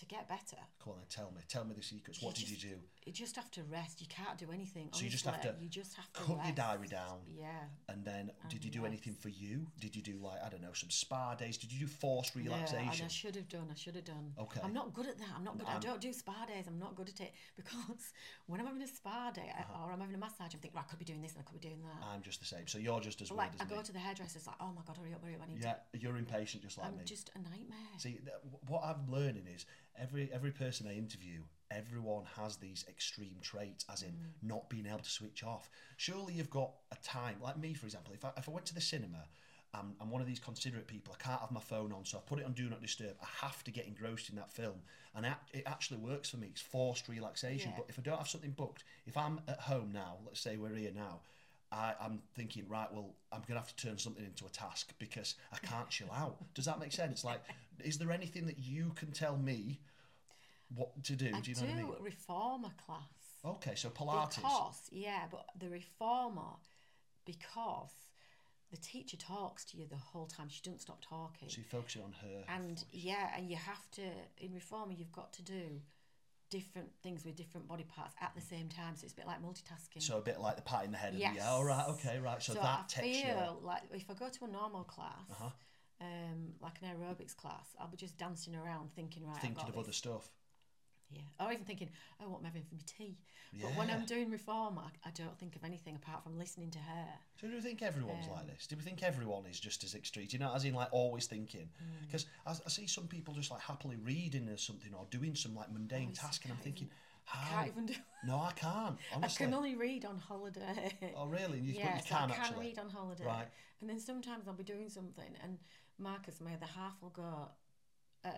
Speaker 2: to get better.
Speaker 1: Come on, then, tell me, tell me the secrets. What
Speaker 2: You
Speaker 1: did
Speaker 2: just-
Speaker 1: you do?
Speaker 2: You just have to rest. You can't do anything.
Speaker 1: So you just have
Speaker 2: honestly.
Speaker 1: to
Speaker 2: you just have to
Speaker 1: Cut your
Speaker 2: rest.
Speaker 1: diary down,
Speaker 2: Yeah.
Speaker 1: and then did you do
Speaker 2: rest.
Speaker 1: anything for you? Did you do like I don't know some spa days? Did you do forced
Speaker 2: No, and I
Speaker 1: relaxation?
Speaker 2: should have done. I should have done.
Speaker 1: Okay.
Speaker 2: I'm not good at that. I'm not good. I
Speaker 1: I'm-
Speaker 2: don't do spa days. I'm not good at it because when I'm having a spa day I-
Speaker 1: Uh-huh.
Speaker 2: or I'm having a massage, I'm thinking, right, I could be doing this and I could be doing that.
Speaker 1: I'm just the same. So you're just as
Speaker 2: like
Speaker 1: weird
Speaker 2: I
Speaker 1: as me.
Speaker 2: go to the hairdresser, it's like, oh my god, hurry up, hurry up, I need
Speaker 1: yeah, you're impatient, just
Speaker 2: to.
Speaker 1: like
Speaker 2: I'm
Speaker 1: me.
Speaker 2: just a nightmare.
Speaker 1: See, th- wh- what I'm learning is every every person I interview, everyone has these extreme traits, as in not being able to switch off. Surely you've got a time, like me, for example. If I, if I went to the cinema, I'm, I'm one of these considerate people. I can't have my phone on, so I put it on Do Not Disturb. I have to get engrossed in that film, and it, it actually works for me. It's forced relaxation.
Speaker 2: Yeah.
Speaker 1: But if I don't have something booked, if I'm at home now, let's say we're here now. I, I'm thinking, right, well, I'm going to have to turn something into a task because I can't chill out. Does that make sense? Like, is there anything that you can tell me what to do?
Speaker 2: I
Speaker 1: do
Speaker 2: do
Speaker 1: you know what I mean?
Speaker 2: reformer class.
Speaker 1: Okay, so Pilates.
Speaker 2: Because, yeah, but the reformer, because the teacher talks to you the whole time, she doesn't stop talking.
Speaker 1: So you're focusing on her.
Speaker 2: and yeah, and you have to, in reformer, you've got to do different things with different body parts at the same time. So it's a bit like multitasking.
Speaker 1: so a bit like the pat in the head.
Speaker 2: Yes.
Speaker 1: And the, yeah, all right, okay, right. So, that
Speaker 2: I
Speaker 1: takes you. Uh-huh.
Speaker 2: feel like if I go to a normal class, um, like an aerobics class, I'll be just dancing around thinking, right, I've
Speaker 1: Thinking
Speaker 2: got
Speaker 1: of
Speaker 2: this.
Speaker 1: other stuff.
Speaker 2: Yeah, or even thinking, oh, what am I having for my tea? But when
Speaker 1: Yeah.
Speaker 2: I'm doing reformer, I, I don't think of anything apart from listening to her.
Speaker 1: So do we think everyone's like this? Do we think everyone is just as extreme? Do you know, as in like always thinking?
Speaker 2: Mm.
Speaker 1: Because I, I see some people just like happily reading or something or doing some like mundane
Speaker 2: Honestly,
Speaker 1: task, and I'm
Speaker 2: can't
Speaker 1: thinking,
Speaker 2: I
Speaker 1: how?
Speaker 2: can't even do.
Speaker 1: No, I can't. Oh, Honestly.
Speaker 2: I can only read on holiday.
Speaker 1: Oh really? You, but
Speaker 2: yeah,
Speaker 1: you
Speaker 2: so
Speaker 1: can
Speaker 2: I can
Speaker 1: actually.
Speaker 2: read on holiday.
Speaker 1: Right.
Speaker 2: And then sometimes I'll be doing something, and Marcus, my other half, will go, uh,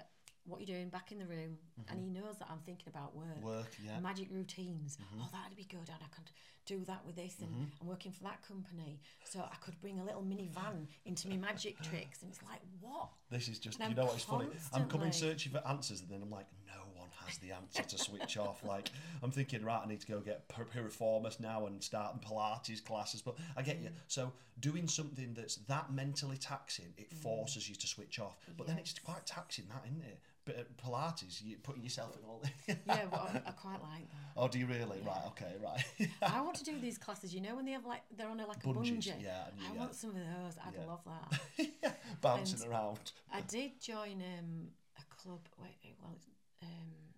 Speaker 2: "What you doing? Back in the room." And he knows that I'm thinking about work.
Speaker 1: Mm-hmm. Work, yeah. Mm-hmm.
Speaker 2: Magic routines. Oh, that'd be good, and I could do that with this. And I'm working for that company, so I could bring a little mini van into my magic tricks. And it's like, what?
Speaker 1: This is just, you
Speaker 2: And I'm
Speaker 1: know what, it's funny. I'm coming
Speaker 2: constantly-
Speaker 1: searching for answers and then I'm like, no one has the answer to switch off. Like I'm thinking, right, I need to go get pir- piriformis now and start Pilates classes. But I get
Speaker 2: Mm.
Speaker 1: you. So doing something that's that mentally taxing,
Speaker 2: Mm.
Speaker 1: it forces you to switch off. But then it's quite taxing, that isn't it? But at Pilates, you're putting yourself in all.
Speaker 2: Yeah, well, I, I quite like that.
Speaker 1: oh, do you really? Right. Okay. Right.
Speaker 2: I want to do these classes. You know when they have like they're on a like a
Speaker 1: Bungees,
Speaker 2: bungee.
Speaker 1: yeah, and
Speaker 2: I
Speaker 1: you-
Speaker 2: want some of those. I'd
Speaker 1: Yeah.
Speaker 2: love that.
Speaker 1: Bouncing
Speaker 2: And-
Speaker 1: around.
Speaker 2: I did join um, a club. Wait, it- well, it's um,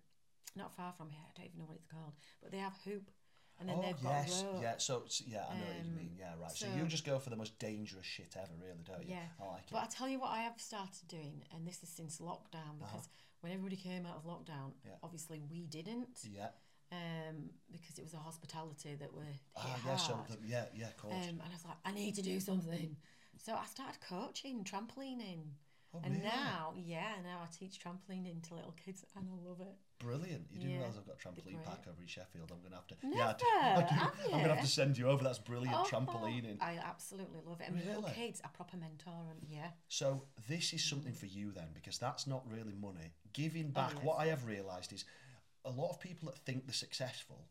Speaker 2: not far from here. I don't even know what it's called, but they have hoop, and then
Speaker 1: oh
Speaker 2: they've
Speaker 1: yes,
Speaker 2: got rope.
Speaker 1: yeah. So it's- yeah, I know what you
Speaker 2: Um,
Speaker 1: mean. Yeah, right. So,
Speaker 2: so-
Speaker 1: you just go for the most dangerous shit ever, really, don't you?
Speaker 2: Yeah.
Speaker 1: I like it.
Speaker 2: But I tell you what, I have started doing, and this is since lockdown because when everybody came out of lockdown,
Speaker 1: Uh-huh. Yeah.
Speaker 2: obviously we didn't,
Speaker 1: yeah.
Speaker 2: um, because it was the hospitality that were hit
Speaker 1: Ah, yeah.
Speaker 2: hard.
Speaker 1: So the, yeah, yeah, of course.
Speaker 2: um, and I was like, I need to do something. So I started coaching trampolining,
Speaker 1: oh,
Speaker 2: and
Speaker 1: really?
Speaker 2: now, yeah, now I teach trampolining to little kids, and I love it.
Speaker 1: Brilliant. You do
Speaker 2: Yeah.
Speaker 1: realise I've got a trampoline
Speaker 2: great.
Speaker 1: pack over in Sheffield. I'm going to have to.
Speaker 2: Never,
Speaker 1: Yeah, I do. I do.
Speaker 2: have
Speaker 1: I'm going to
Speaker 2: you?
Speaker 1: have to send you over. That's brilliant
Speaker 2: Oh,
Speaker 1: trampolining.
Speaker 2: I absolutely love it. And with little
Speaker 1: Really?
Speaker 2: kids, a proper mentor, and yeah,
Speaker 1: So this is something for you then, because that's not really money. Giving back.
Speaker 2: Oh, yes.
Speaker 1: What I have realised is, a lot of people that think they're successful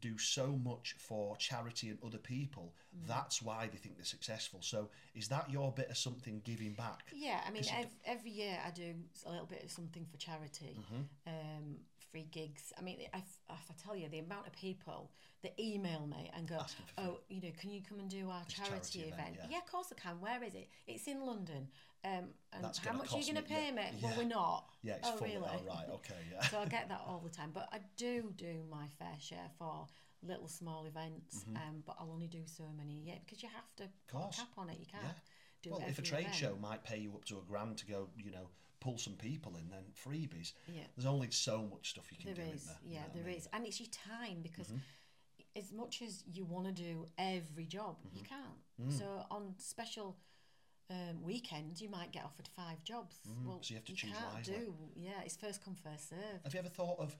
Speaker 1: do so much for charity and other people.
Speaker 2: Mm.
Speaker 1: That's why they think they're successful. So is that your bit of something giving back?
Speaker 2: yeah. I mean,
Speaker 1: 'Cause you
Speaker 2: ev- every year I do a little bit of something for charity,
Speaker 1: Mm-hmm.
Speaker 2: um, free gigs. I mean, if, if I tell you the amount of people that email me and go,
Speaker 1: Asking for
Speaker 2: "Oh, you know, can you come and do our charity,
Speaker 1: charity
Speaker 2: event?"
Speaker 1: event, yeah.
Speaker 2: yeah. of course I can. Where is it? It's in London. Um, and
Speaker 1: That's
Speaker 2: how
Speaker 1: gonna
Speaker 2: much are you
Speaker 1: cost
Speaker 2: going to
Speaker 1: me-
Speaker 2: pay
Speaker 1: yeah,
Speaker 2: me? Well,
Speaker 1: yeah.
Speaker 2: we're not.
Speaker 1: Yeah, it's
Speaker 2: oh,
Speaker 1: full.
Speaker 2: really?
Speaker 1: Oh, right. Okay. Yeah.
Speaker 2: so I get that all the time. But I do do my fair share for little small events, um, but I'll only do so many a year because you have to put
Speaker 1: Mm-hmm. course.
Speaker 2: a cap on it. You can't
Speaker 1: Yeah.
Speaker 2: do
Speaker 1: well,
Speaker 2: every
Speaker 1: if a trade
Speaker 2: event.
Speaker 1: show might pay you up to a grand to go, you know, pull some people in, then freebies.
Speaker 2: Yeah.
Speaker 1: There's only so much stuff you can
Speaker 2: There
Speaker 1: do
Speaker 2: is,
Speaker 1: in there. you
Speaker 2: yeah,
Speaker 1: know what I
Speaker 2: there is,
Speaker 1: mean?
Speaker 2: and it's your time because
Speaker 1: Mm-hmm.
Speaker 2: as much as you want to do every job, you can't.
Speaker 1: Mm.
Speaker 2: So on special um, weekends, you might get offered five jobs. Well,
Speaker 1: Mm, so you have to choose
Speaker 2: can't
Speaker 1: wisely.
Speaker 2: do. Yeah, it's first come first serve.
Speaker 1: Have you ever thought of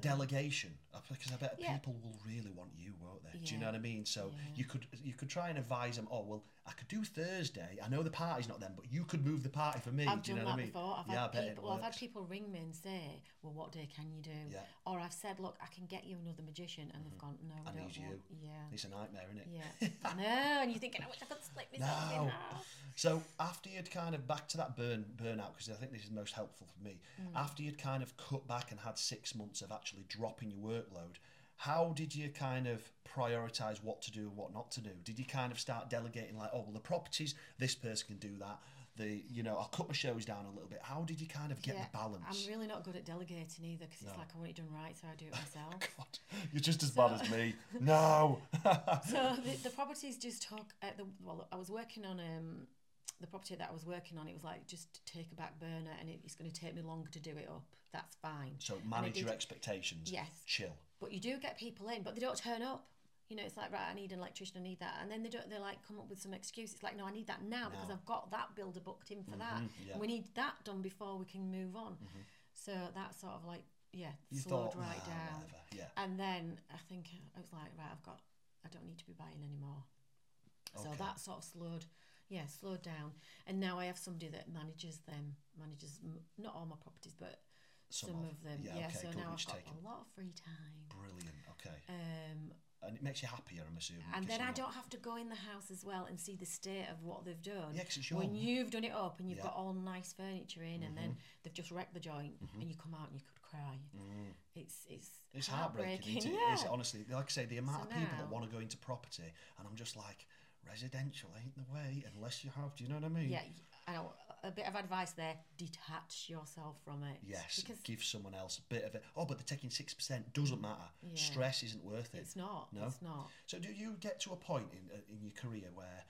Speaker 1: delegation? Uh, Because I bet
Speaker 2: Yeah.
Speaker 1: people will really want you, won't they? Do you know
Speaker 2: Yeah.
Speaker 1: what I mean? So you could you could try and advise them. Oh well, I could do Thursday. I know the party's not then, but you could move the party for me.
Speaker 2: I've
Speaker 1: do you
Speaker 2: done
Speaker 1: know
Speaker 2: that
Speaker 1: what I mean?
Speaker 2: before. I've
Speaker 1: yeah, I
Speaker 2: had
Speaker 1: bet it
Speaker 2: people, well, I've had
Speaker 1: works.
Speaker 2: people ring me and say, "Well, what day can you do?"
Speaker 1: Yeah.
Speaker 2: Or I've said, "Look, I can get you another magician," and they've gone, "No, we
Speaker 1: Mm-hmm. I
Speaker 2: don't
Speaker 1: need
Speaker 2: want."
Speaker 1: you.
Speaker 2: Yeah,
Speaker 1: It's a nightmare, isn't it?
Speaker 2: yeah. I know, and you're thinking, "I wish I could split myself in
Speaker 1: No.
Speaker 2: half."
Speaker 1: So after you'd kind of back to that burn burnout, because I think this is most helpful for me.
Speaker 2: Mm.
Speaker 1: After you'd kind of cut back and had six months of actually dropping your workload, how did you kind of prioritize what to do and what not to do? Did you kind of start delegating like, oh well, the properties, this person can do that. The you know, I'll cut my shows down a little bit. How did you kind of get
Speaker 2: Yeah,
Speaker 1: the balance?
Speaker 2: I'm really not good at delegating either because
Speaker 1: No.
Speaker 2: it's like I want it done right, so I do it myself.
Speaker 1: God, you're just as bad as me. No.
Speaker 2: so the, the properties just took at the well i was working on um the property that i was working on it was like just take a back burner and it, it's going to take me longer to do it up that's fine
Speaker 1: so manage your
Speaker 2: did-
Speaker 1: expectations.
Speaker 2: Yes.
Speaker 1: Chill.
Speaker 2: but you do get people in but they don't turn up you know it's like right i need an electrician i need that and then they don't they like come up with some excuse it's like no i need that now because
Speaker 1: Now. Mm-hmm.
Speaker 2: i've got that builder booked in for that
Speaker 1: Mm, yeah. Mm-hmm.
Speaker 2: and we need that done before we can move on so that sort of like yeah
Speaker 1: You
Speaker 2: slowed
Speaker 1: thought
Speaker 2: right
Speaker 1: "Nah,
Speaker 2: down
Speaker 1: whatever." Yeah.
Speaker 2: and then I think I was like, right, I've got, I don't need to be buying anymore. So
Speaker 1: Okay.
Speaker 2: that sort of slowed, yeah, slowed down. And now I have somebody that manages them, manages m- not all my properties, but
Speaker 1: Some
Speaker 2: some,
Speaker 1: of-
Speaker 2: of, them.
Speaker 1: yeah,
Speaker 2: Yeah,
Speaker 1: okay,
Speaker 2: so
Speaker 1: good,
Speaker 2: now
Speaker 1: which
Speaker 2: I've got
Speaker 1: taken.
Speaker 2: a lot of free time.
Speaker 1: Brilliant. Okay.
Speaker 2: Um,
Speaker 1: And it makes you happier, I'm assuming.
Speaker 2: and
Speaker 1: 'cause
Speaker 2: then
Speaker 1: you're
Speaker 2: I
Speaker 1: not-
Speaker 2: don't have to go in the house as well and see the state of what they've done.
Speaker 1: Yeah, 'cause it's your
Speaker 2: when
Speaker 1: m-
Speaker 2: you've done it up and you've
Speaker 1: Yeah. Mm-hmm.
Speaker 2: got all nice furniture in, and then they've just wrecked the joint, and you come out and you could cry. It's it's
Speaker 1: Mm. It's heartbreaking, isn't it?
Speaker 2: Yeah.
Speaker 1: It is, honestly. Like I say, the amount
Speaker 2: So
Speaker 1: of people that
Speaker 2: now-
Speaker 1: want to go into property, and I'm just like, residential ain't the way unless you have. Do you know what I mean?
Speaker 2: Yeah, I know. A bit of advice there: detach yourself from it.
Speaker 1: Yes.
Speaker 2: because
Speaker 1: give someone else a bit of it. Oh, but they're taking six percent. Doesn't matter.
Speaker 2: Yeah.
Speaker 1: Stress isn't worth it.
Speaker 2: it's not.
Speaker 1: No.
Speaker 2: It's not.
Speaker 1: So, do you get to a point in uh, in your career where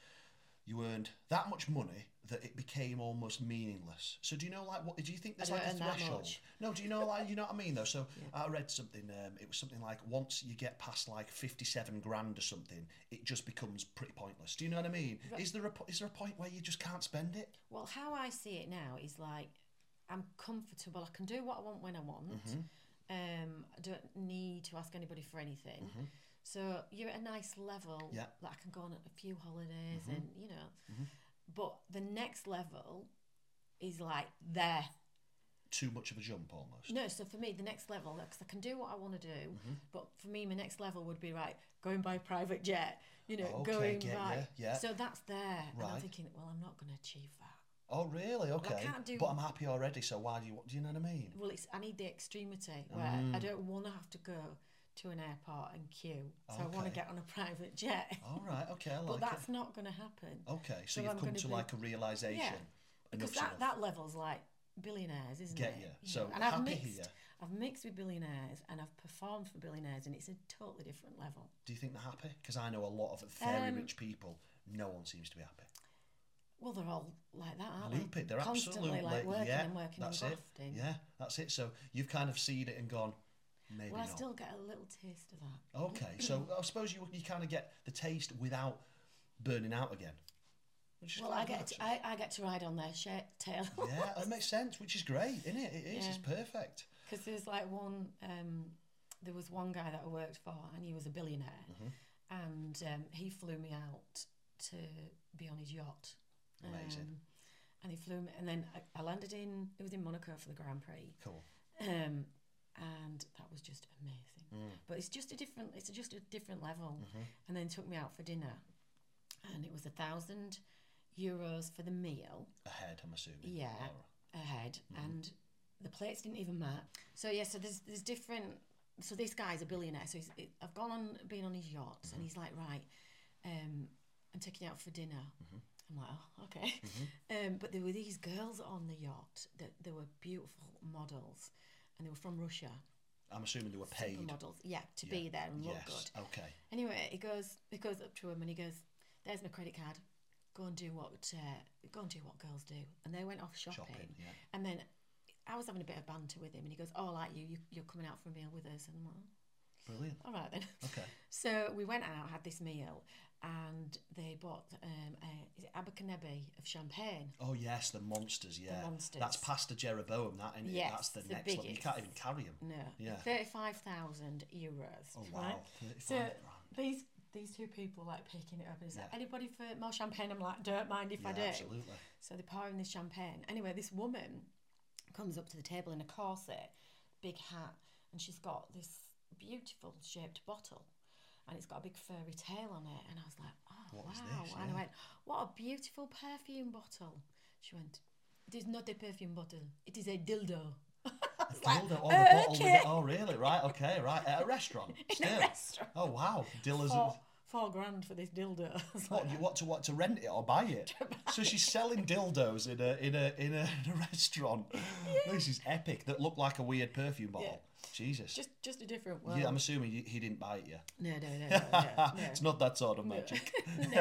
Speaker 1: you earned that much money that it became almost meaningless? So, do you know like what? Do you think there's
Speaker 2: don't
Speaker 1: like a
Speaker 2: earn that
Speaker 1: threshold?
Speaker 2: much.
Speaker 1: No, do you know like you know what I mean though? So, I read something. Um, it was something like once you get past like fifty-seven grand or something, it just becomes pretty pointless. Do you know what I mean? Is there a po- is there a point where you just can't spend it?
Speaker 2: Well, how I see it now is like I'm comfortable. I can do what I want when I want.
Speaker 1: Mm-hmm.
Speaker 2: Um, I don't need to ask anybody for anything. So you're at a nice level
Speaker 1: Mm-hmm. Yeah. Mm-hmm.
Speaker 2: that I can go on a few holidays and you know. But the next level is like there.
Speaker 1: too much of a jump almost?
Speaker 2: No, so for me, the next level, because I can do what I want to do,
Speaker 1: Mm-hmm.
Speaker 2: but for me, my next level would be right, going by private jet, you know,
Speaker 1: Okay,
Speaker 2: going
Speaker 1: get
Speaker 2: right.
Speaker 1: ya, yeah.
Speaker 2: So that's there. And I'm
Speaker 1: Right.
Speaker 2: thinking, well, I'm not going to achieve that.
Speaker 1: Oh, really? Okay.
Speaker 2: can't do-
Speaker 1: But I'm happy already, so why do you, do you know what I mean?
Speaker 2: Well, it's I need the extremity where
Speaker 1: Mm.
Speaker 2: I don't want to have to go to an airport and queue. So I want to
Speaker 1: Okay.
Speaker 2: get on a private jet.
Speaker 1: All right, okay, Oh, I
Speaker 2: but
Speaker 1: like
Speaker 2: that's
Speaker 1: it.
Speaker 2: not going to happen.
Speaker 1: Okay, so,
Speaker 2: so
Speaker 1: you've
Speaker 2: I'm
Speaker 1: come
Speaker 2: gonna
Speaker 1: to
Speaker 2: be-
Speaker 1: like a realization.
Speaker 2: Yeah, Because
Speaker 1: Enough's
Speaker 2: that,
Speaker 1: enough.
Speaker 2: that level's like billionaires, isn't
Speaker 1: Get
Speaker 2: it?
Speaker 1: ya.
Speaker 2: You
Speaker 1: So
Speaker 2: know, and I've
Speaker 1: happy
Speaker 2: mixed,
Speaker 1: here.
Speaker 2: I've mixed with billionaires and I've performed for billionaires, and it's a totally different level.
Speaker 1: Do you think they're happy? Because I know a lot of very
Speaker 2: Um,
Speaker 1: rich people. No one seems to be happy.
Speaker 2: Well, they're all like that, aren't they?
Speaker 1: Loopy, they're
Speaker 2: Constantly
Speaker 1: absolutely
Speaker 2: like working
Speaker 1: yeah.
Speaker 2: and working
Speaker 1: that's
Speaker 2: and
Speaker 1: it.
Speaker 2: grafting.
Speaker 1: Yeah, that's it. So you've kind of seen it and gone, maybe
Speaker 2: Well, I
Speaker 1: not.
Speaker 2: still get a little taste of that.
Speaker 1: Okay, so I suppose you you kind of get the taste without burning out again. Which is
Speaker 2: Well,
Speaker 1: quite
Speaker 2: I
Speaker 1: good,
Speaker 2: get to,
Speaker 1: actually.
Speaker 2: I, I get to ride on their shirt tail
Speaker 1: yeah, that makes sense, which is great, isn't it? It is. It's
Speaker 2: Yeah.
Speaker 1: perfect.
Speaker 2: because there's like one. Um, there was one guy that I worked for, and he was a billionaire, and um, he flew me out to be on his yacht.
Speaker 1: Amazing.
Speaker 2: Um, and he flew me, and then I, I landed in. It was in Monaco for the Grand Prix.
Speaker 1: Cool.
Speaker 2: um, and that was just amazing. But it's just a different, it's just a different level. And then took me out for dinner, and it was a thousand euros for the meal
Speaker 1: Ahead, I'm assuming.
Speaker 2: Yeah.
Speaker 1: Or-
Speaker 2: ahead,
Speaker 1: Mm-hmm.
Speaker 2: and the plates didn't even match. So yeah, so there's there's different. So this guy's a billionaire. So he's, it, I've gone on been on his yacht,
Speaker 1: Mm-hmm.
Speaker 2: and he's like, right, um, I'm taking you out for dinner.
Speaker 1: Mm-hmm.
Speaker 2: I'm like, oh, okay. Um, but there were these girls on the yacht that they were beautiful models, and they were from Russia.
Speaker 1: I'm assuming they were paid.
Speaker 2: Models, yeah, to be there and look good.
Speaker 1: Yes. Okay.
Speaker 2: Anyway, he goes he goes up to him and he goes, "There's my credit card. Go and do what uh, go and do what girls do." And they went off shopping.
Speaker 1: Shopping, yeah.
Speaker 2: And then I was having a bit of banter with him, and he goes, "Oh, I like you. you you're coming out for a meal with us." And I'm like,
Speaker 1: Brilliant.
Speaker 2: "All right then."
Speaker 1: Okay.
Speaker 2: So we went out, had this meal, and they bought um, a, is it Abercrombie of champagne.
Speaker 1: Oh yes, the monsters. Yeah. That's
Speaker 2: monsters.
Speaker 1: past the Jeroboam. That and
Speaker 2: Yes,
Speaker 1: that's the,
Speaker 2: the
Speaker 1: next level. You
Speaker 2: biggest.
Speaker 1: can't even carry them.
Speaker 2: No,
Speaker 1: Yeah.
Speaker 2: thirty-five thousand euros.
Speaker 1: Oh
Speaker 2: right?
Speaker 1: wow. 35
Speaker 2: So
Speaker 1: grand.
Speaker 2: these these two people were, like picking it up and it's like,
Speaker 1: Yeah.
Speaker 2: anybody for more champagne? I'm like, don't mind if I do.
Speaker 1: Yeah, absolutely.
Speaker 2: So they're pouring this champagne. Anyway, this woman comes up to the table in a corset, big hat, and she's got this beautiful shaped bottle. And it's got a big furry tail on it. And I was like, oh,
Speaker 1: What
Speaker 2: wow.
Speaker 1: is this?
Speaker 2: And
Speaker 1: Yeah.
Speaker 2: I went, what a beautiful perfume bottle. She went, it is not a perfume bottle, it is a dildo.
Speaker 1: A dildo or a bottle with it. Oh really? Right. Okay. Right. At a restaurant. Still.
Speaker 2: restaurant.
Speaker 1: Oh wow. Dildos.
Speaker 2: Four, four grand for this dildo. I was like,
Speaker 1: What you want to what to rent it or buy it? so she's selling dildos in a in a in a, in a restaurant. This is epic. That looked like a weird perfume bottle. Jesus.
Speaker 2: just, just a different world.
Speaker 1: yeah, I'm assuming you, he didn't buy it. Yeah.
Speaker 2: No, no, no, no, no, no.
Speaker 1: it's not that sort of magic.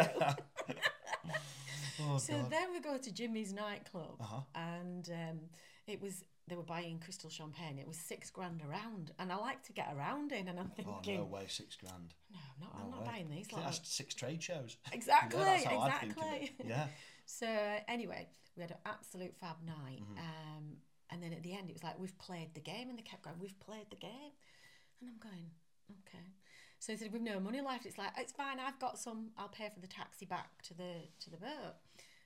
Speaker 1: oh
Speaker 2: So
Speaker 1: god. Uh-huh.
Speaker 2: then we go to Jimmy's nightclub, and um, it was they were buying crystal champagne. It was six grand a round, and I like to get around in, and I'm
Speaker 1: Oh
Speaker 2: thinking,
Speaker 1: no
Speaker 2: no,
Speaker 1: way, six grand.
Speaker 2: I'm not, I'm
Speaker 1: No
Speaker 2: not
Speaker 1: way.
Speaker 2: buying
Speaker 1: I
Speaker 2: these.
Speaker 1: think
Speaker 2: Like,
Speaker 1: that's six trade shows.
Speaker 2: exactly,
Speaker 1: yeah, that's how I
Speaker 2: exactly.
Speaker 1: think of it. Yeah.
Speaker 2: So uh, anyway, we had an absolute fab night,
Speaker 1: Mm-hmm.
Speaker 2: um, and then at the end it was like we've played the game, and they kept going, we've played the game, and I'm going, okay. So they said we've no money left. It's like it's fine, I've got some. I'll pay for the taxi back to the to the boat,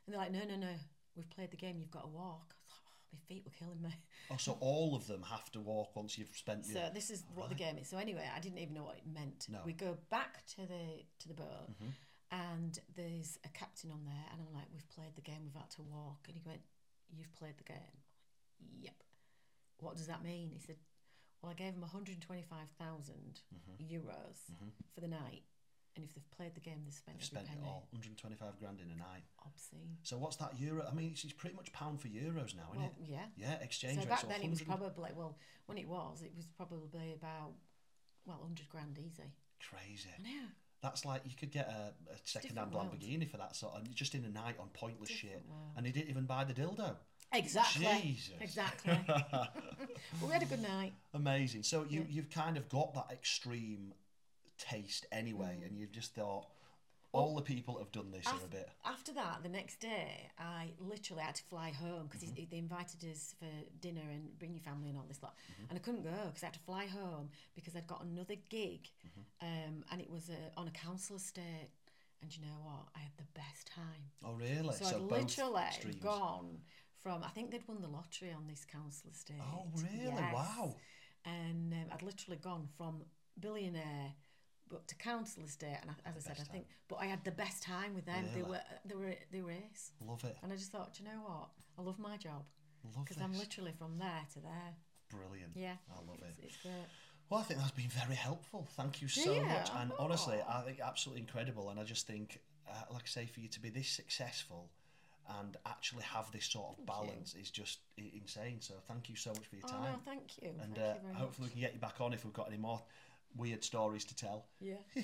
Speaker 2: and they're like, no, no, no, we've played the game. You've got to walk. I was like, oh, my feet were killing me.
Speaker 1: Oh, so all of them have to walk once you've spent. your-
Speaker 2: So this is what the game is. So anyway, I didn't even know what it meant.
Speaker 1: No. Mm-hmm.
Speaker 2: We go back to the to the boat, and there's a captain on there, and I'm like, "We've played the game. We've had to walk." And he went, "You've played the game." I went, Yep. What does that mean? He said, "Well, I gave him 125,000
Speaker 1: Mm-hmm.
Speaker 2: euros for the night, and if they've played the game, they've spent
Speaker 1: You've spent
Speaker 2: every
Speaker 1: it
Speaker 2: penny."
Speaker 1: all. 125 grand in a night.
Speaker 2: Obscene.
Speaker 1: So what's that euro? I mean, it's, it's pretty much pound for euros now, Oh, isn't
Speaker 2: Well,
Speaker 1: it?
Speaker 2: yeah.
Speaker 1: Yeah, exchange
Speaker 2: So
Speaker 1: rate.
Speaker 2: back
Speaker 1: so
Speaker 2: then it was
Speaker 1: 100
Speaker 2: probably well when it was it was probably about well 100 grand easy.
Speaker 1: crazy.
Speaker 2: I know.
Speaker 1: That's like you could get a, a second-hand
Speaker 2: different world.
Speaker 1: Lamborghini for that sort, of, just in a night on pointless shit.
Speaker 2: Different world.
Speaker 1: And he didn't even buy the dildo.
Speaker 2: Exactly.
Speaker 1: Jesus.
Speaker 2: Exactly. But we had a good night.
Speaker 1: Amazing. So you you've kind of got that extreme taste anyway,
Speaker 2: Mm.
Speaker 1: and you've just thought all the people that have done this are a bit.
Speaker 2: After that, the next day, I literally had to fly home because
Speaker 1: Mm-hmm.
Speaker 2: they invited us for dinner and bring your family and all this lot.
Speaker 1: Mm-hmm.
Speaker 2: And I couldn't go because I had to fly home because I'd got another gig
Speaker 1: Mm-hmm.
Speaker 2: um, and it was uh on a council estate. And you know what? I had the best time.
Speaker 1: Oh really?
Speaker 2: So, I'd literally gone from, I think they'd won the lottery on this council estate.
Speaker 1: Oh, really? Wow.
Speaker 2: And um, I'd literally gone from billionaire but to council estate. And I, as I said, I
Speaker 1: best
Speaker 2: think, but I had the best time with them. They
Speaker 1: Really?
Speaker 2: were, they were, they were ace.
Speaker 1: Love it.
Speaker 2: And I just thought, "Do you know what? I love my job
Speaker 1: Love
Speaker 2: because Um, I'm
Speaker 1: this.
Speaker 2: literally from there to there.
Speaker 1: Brilliant.
Speaker 2: Yeah.
Speaker 1: I love
Speaker 2: It's,
Speaker 1: it.
Speaker 2: it's great.
Speaker 1: Well, I think that's been very helpful. Thank you so
Speaker 2: Yeah, oh.
Speaker 1: much. And
Speaker 2: I
Speaker 1: honestly,
Speaker 2: know.
Speaker 1: I think absolutely incredible. And I just think, uh, like I say, for you to be this successful and actually have this sort of
Speaker 2: Thank you.
Speaker 1: balance is just i- insane. So thank you so much for your
Speaker 2: Oh, no,
Speaker 1: time.
Speaker 2: thank you.
Speaker 1: and
Speaker 2: thank
Speaker 1: uh,
Speaker 2: you very
Speaker 1: hopefully
Speaker 2: much.
Speaker 1: we can get you back on if we've got any more weird stories to tell.
Speaker 2: Yeah.